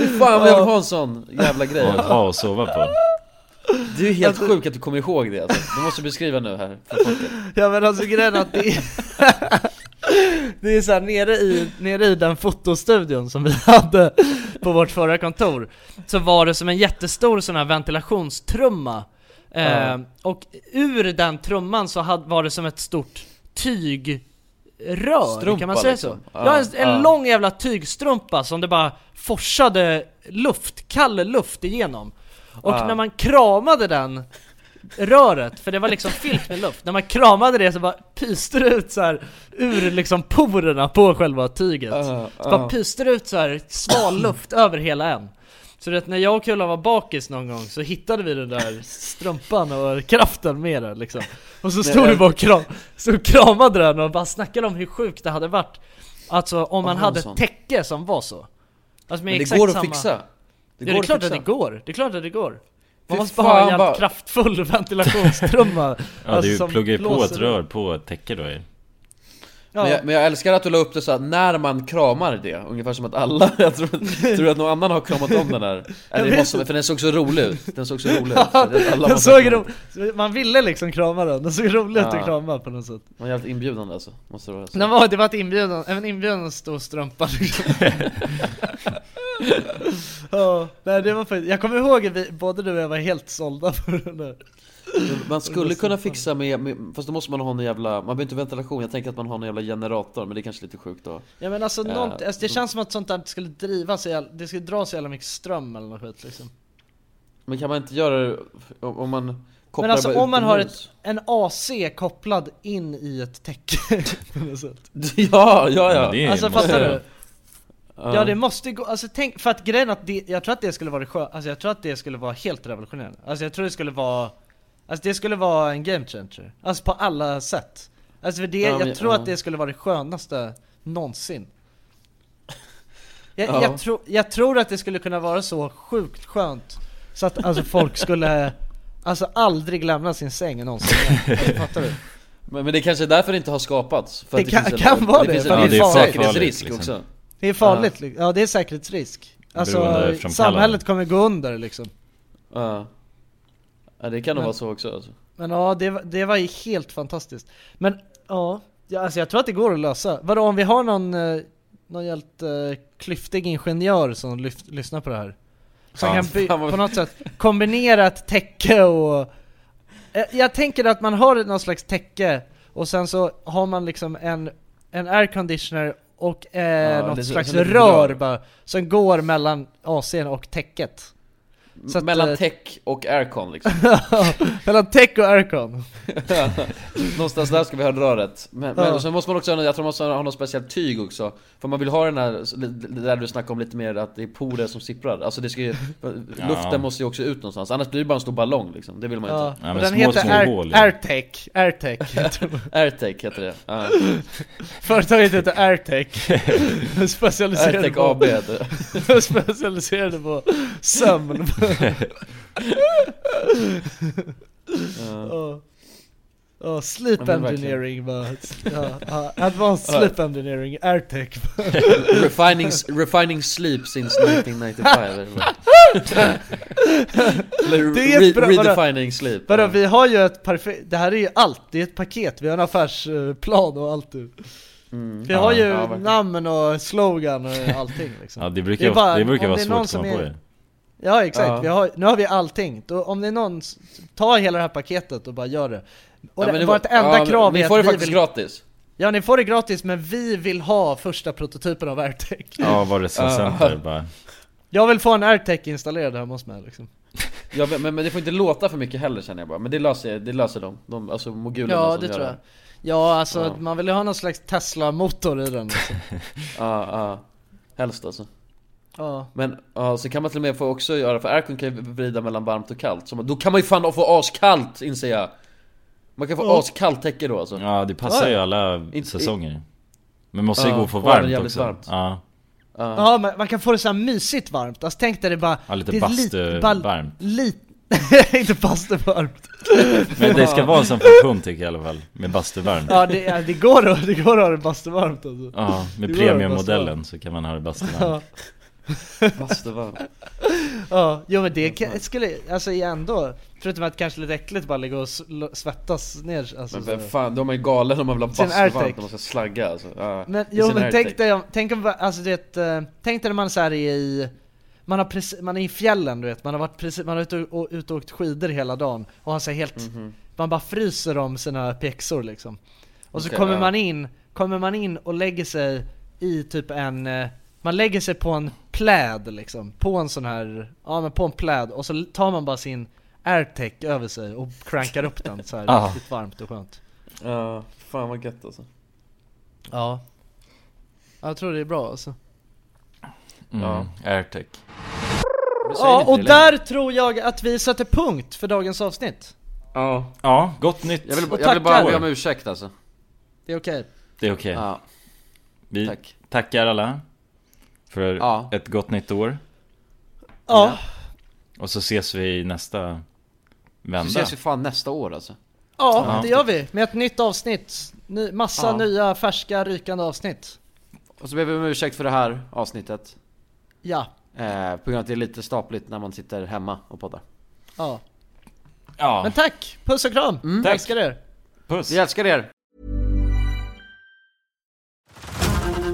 S4: Fy fan vad jag vill ha en sån jävla grej Alltså-
S1: Och att ha och sova på
S4: Du är helt sjuk att du kommer ihåg det alltså. Du måste beskriva nu här för folket
S2: Ja men alltså grejen är
S13: <laughs>
S2: att det är, det är så här, nere, i, nere i den fotostudion som vi hade på vårt förra kontor Så var det som en jättestor sån här ventilationstrumma eh,
S13: Ja.
S2: Och ur den trumman så had, var det som ett stort tygrör,
S13: Strumpa,
S2: kan man säga
S13: liksom.
S2: så? Ja, en, en
S13: Ja.
S2: lång jävla tygstrumpa som det bara forsade luft, kall luft igenom Och
S13: Ja.
S2: när man kramade den röret, för det var liksom fyllt med luft. När man kramade det så bara pyste det ut så här ur liksom porerna på själva tyget.
S4: Uh,
S2: så bara
S13: ah.
S2: pyste det ut så här sval luft över hela en. Så det, när jag och Kulla var bakis någon gång så hittade vi den där strumpan och kraften med den liksom. Och så stod
S13: Nej,
S2: vi bara och
S13: jag-
S2: kram, så kramade den och bara snackade om hur sjukt det hade varit. Alltså om man
S4: Att ha
S2: hade
S4: en sån.
S2: ett täcke som var så. Alltså, med
S4: Men det
S2: exakt
S4: går att
S2: samma-
S4: fixa. Det
S2: ja,
S4: går
S2: det är
S4: att
S2: klart att
S4: fixa.
S2: det går. Det är klart att det går. Man
S4: Fy
S2: måste bara ha en
S4: fan,
S2: jävligt
S4: bara-
S2: kraftfull <laughs> ventilationstrumma.
S1: Ja du
S2: Alltså, som
S1: pluggar ju på
S2: blåser
S1: ett rör på ett täcke då ju
S4: Men, jag, men jag älskar att du la upp det så att när man kramar det, ungefär som att alla, <laughs> jag tror, tror att någon annan har kramat om
S2: <laughs>
S4: den där?
S2: Jag
S4: Eller det
S2: vet
S4: måste,
S2: inte.
S4: för den såg så rolig ut, den såg
S2: <laughs>
S4: så rolig ut så
S2: Ja,
S4: att alla
S2: den
S4: måste
S2: såg
S4: ha kramat.
S2: ro... Man ville liksom krama den, den såg rolig ut att
S4: Ja.
S2: krama på något sätt.
S4: Den var jävligt inbjudande alltså, måste det vara så.
S2: Den var, det var ett inbjudan, en inbjudan stor strumpa liksom. <laughs> Ja, nej, det var faktiskt, jag kommer ihåg att vi, både du och jag var helt sålda på den där.
S4: Man skulle
S2: Den
S4: kunna
S2: där
S4: fixa med, med, fast då måste man ha en jävla, man behöver inte ventilation, jag tänker att man har en jävla generator, men det är kanske lite sjukt då
S2: Ja men alltså,
S4: Eh,
S2: nånt, alltså det känns som att sånt där skulle driva så jävla, det skulle dra så jävla mycket ström eller något skit liksom.
S4: Men kan man inte göra det, om om man kopplar
S2: Men alltså
S4: bara
S2: om man har
S4: utomhus?
S2: ett, en AC kopplad in i ett täcke <laughs> på något sätt.
S4: <laughs> Ja, ja, ja. Men det
S2: Alltså
S4: måste
S2: fattar
S4: jag.
S2: du?
S4: Ja.
S2: Ja det måste gå, alltså tänk, för att grejen är att det, jag tror att det skulle vara det skö, alltså jag tror att det skulle vara helt revolutionerande Alltså jag tror det skulle vara, alltså det skulle vara en game changer Alltså på alla sätt Alltså för det,
S4: Ja, men-
S2: jag tror
S4: ja.
S2: att det skulle vara det skönaste någonsin jag,
S4: Ja.
S2: jag, tror jag tror att det skulle kunna vara så sjukt skönt Så att alltså folk skulle Alltså aldrig lämna sin säng någonsin igen. Alltså, Fattar du?
S4: Men, men det kanske är därför det inte har skapats för
S2: Det
S4: att
S2: kan-
S4: finns
S2: kan vara det,
S4: finns en,
S2: för det är
S4: det finns en
S2: farligt.
S4: säkerhetsrisk
S2: Liksom.
S4: också
S2: Det är farligt, li- ja det är säkerhetsrisk. Alltså
S4: Beroendeframkallande.
S2: samhället kommer gå under liksom.
S4: Ja, ja det kan nog
S2: Men-
S4: vara så också alltså.
S2: Men ja, det, var- det var ju helt fantastiskt. Men ja, ja, alltså jag tror att det går att lösa. Vadå om vi har någon, eh, någon helt eh, klyftig ingenjör som lyft, lyssnar på det här? Som
S4: <laughs> Ja.
S2: kan by-
S4: Fan, vad-
S2: på något sätt kombinera ett täcke och... Eh, Jag tänker att man har någon slags täcke och sen så har man liksom en, en airconditioner och eh,
S4: Ja,
S2: något
S4: lite-
S2: slags
S4: som lite
S2: rör
S4: rör.
S2: bara, som går mellan AC'n och täcket. Så att,
S4: Mellan
S2: eh,
S4: tech och aircon liksom <laughs>
S2: mellan täck och aircon.
S4: Någonstans där ska vi ha röret Men,
S2: Ja.
S4: men sen måste man också, ha- jag tror man måste ha något speciellt tyg också För man vill ha den här, det där du snackade om lite mer att det är porer som sipprar Alltså det ska ju, luften måste ju också ut någonstans Annars blir det bara en stor ballong liksom, det vill man ju
S2: Ja,
S4: inte
S2: och den heter Air, Airtech,
S1: <laughs>
S2: Airtech heter den.
S4: Airtech heter det
S2: <laughs>
S4: ja.
S2: Företaget heter
S1: <laughs>
S2: Airtech Specialiserade
S4: Airtech
S2: på
S4: AB heter
S2: det <laughs> Specialiserade på
S1: <laughs>
S2: sömn Ja. Ja,
S4: Ja,
S2: sleep
S4: men
S2: engineering bara ja, ja, Advanced
S4: Ja.
S2: sleep engineering, Airtech
S4: refining, refining sleep since 1995
S2: <laughs>
S4: eller
S2: Det är ett bra-
S4: re,
S2: vadå?
S4: Redefining sleep
S2: Vadå, vi har ju ett perfekt, det här är ju allt, det är ett paket, vi har en affärsplan och allt du.
S4: Mm.
S2: Vi har
S1: Ja,
S2: ju
S1: ja, verkligen.
S2: namn och slogan och allting liksom.
S1: Ja, det brukar
S2: är
S1: ofta- det brukar
S2: om
S1: vara
S2: är
S1: svårt
S2: någon
S1: att
S2: som
S1: komma på
S2: är-
S1: det.
S2: Ja exakt,
S4: Ja.
S2: Vi har, nu har vi allting. Då, om det är någon, s- ta hela det här paketet och bara gör det. Och
S4: Ja, men
S2: det,
S4: det
S2: vårt
S4: var-
S2: enda
S4: ja, men
S2: krav
S4: ni
S2: är
S4: får
S2: att
S4: det
S2: vi
S4: faktiskt
S2: vill,
S4: gratis.
S2: Ja ni får det gratis, men vi vill ha första prototypen av AirTech.
S1: Ja, var recensenter bara
S2: Jag vill få en AirTech installerad hemma hos mig liksom.
S4: Ja, men, men det får inte låta för mycket heller känner jag bara, men det löser, det löser de, de alltså mogulerna
S2: Ja
S4: som
S2: det
S4: gör
S2: tror jag.
S4: det.
S2: Ja alltså,
S4: Ja.
S2: man vill ju ha någon slags Tesla-motor i
S4: <laughs>
S2: den liksom.
S4: Ja, ja, helst alltså
S2: Ja.
S4: Men, ja, så kan man till och med få också göra, för aircon kan ju vrida mellan varmt och kallt, så man, då kan man ju fan få askallt inser jag! Man kan få
S1: Ja.
S4: askallt täcke då alltså
S1: Ja, det passar
S4: Ja,
S1: ju
S4: ja.
S1: alla
S4: Inte-
S1: säsonger Men måste ju
S4: Ja,
S1: gå för
S4: ja, men
S1: varmt
S4: jävligt
S1: också
S4: varmt.
S1: Ja
S4: Ja.
S2: Ja, man, man kan få det så här mysigt varmt. Alltså tänk dig det bara...
S1: Ja, lite
S2: det är
S1: bastu-
S2: bal-
S1: varmt.
S2: Lite... <laughs> inte bastuvarmt.
S1: Men det ska vara en sån funktion tycker jag i alla fall Med bastuvarmt
S2: Ja, det, ja, det, går, att, det går att ha det bastuvarmt alltså.
S1: Ja,
S2: Det
S1: med
S2: går att ha det
S1: premiummodellen så kan man
S2: <laughs>
S1: ha det bastuvarmt
S2: bastuvarmt. <laughs> Ja. ja, jo men det kan, skulle... Alltså ändå... Förutom att kanske lite äckligt bara ligga och sl- svettas ner alltså,
S4: Men vem
S2: så.
S4: fan, de är galen om man vill ha
S2: Sin
S4: bastuvarmt
S2: AirTech.
S4: när man ska slagga alltså ja.
S2: Men
S4: I
S2: jo
S4: sin
S2: men tänk
S4: AirTech.
S2: dig om, tänk om, alltså du vet, eh, tänk dig när man så här är i man, har precis, man är i fjällen du vet, man har varit precis, man har ute och, ute och åkt skidor hela dagen och har så här helt,
S4: Mhm.
S2: man bara fryser om sina pjäxor liksom. Och så
S4: Okej,
S2: kommer
S4: ja.
S2: man in, kommer man in och lägger sig i typ en, eh, man lägger sig på en pläd liksom, på en sån här, ja men på en pläd och så tar man bara sin airtech över sig och crankar upp den så här
S4: <laughs> Ja.
S2: riktigt varmt och skönt.
S4: Ja, fan vad gött alltså
S2: Ja. Jag tror det är bra alltså.
S1: mm. Airtech
S2: Ja, och där tror jag att vi sätter punkt för dagens avsnitt.
S4: Ja
S1: Ja, gott nytt
S4: Jag vill,
S2: Och
S4: jag vill bara
S2: tackar.
S4: be om ursäkt alltså
S2: Det är okej.
S1: Det är okej Vi tackar alla För ett gott nytt år
S2: Ja.
S1: Och så ses vi i nästa vända
S4: Så ses vi fan nästa år alltså
S2: ja,
S1: Ja.
S2: det gör vi. Med ett nytt avsnitt. Ny, massa
S4: Ja.
S2: nya, färska, rykande avsnitt.
S4: Och så ber vi om ursäkt för det här avsnittet
S2: Ja,
S4: eh, På grund av att det är lite stapligt när man sitter hemma och poddar
S2: ja.
S1: Ja
S2: Men tack! Puss och kram! Jag älskar er!
S1: Puss!
S4: Vi älskar er!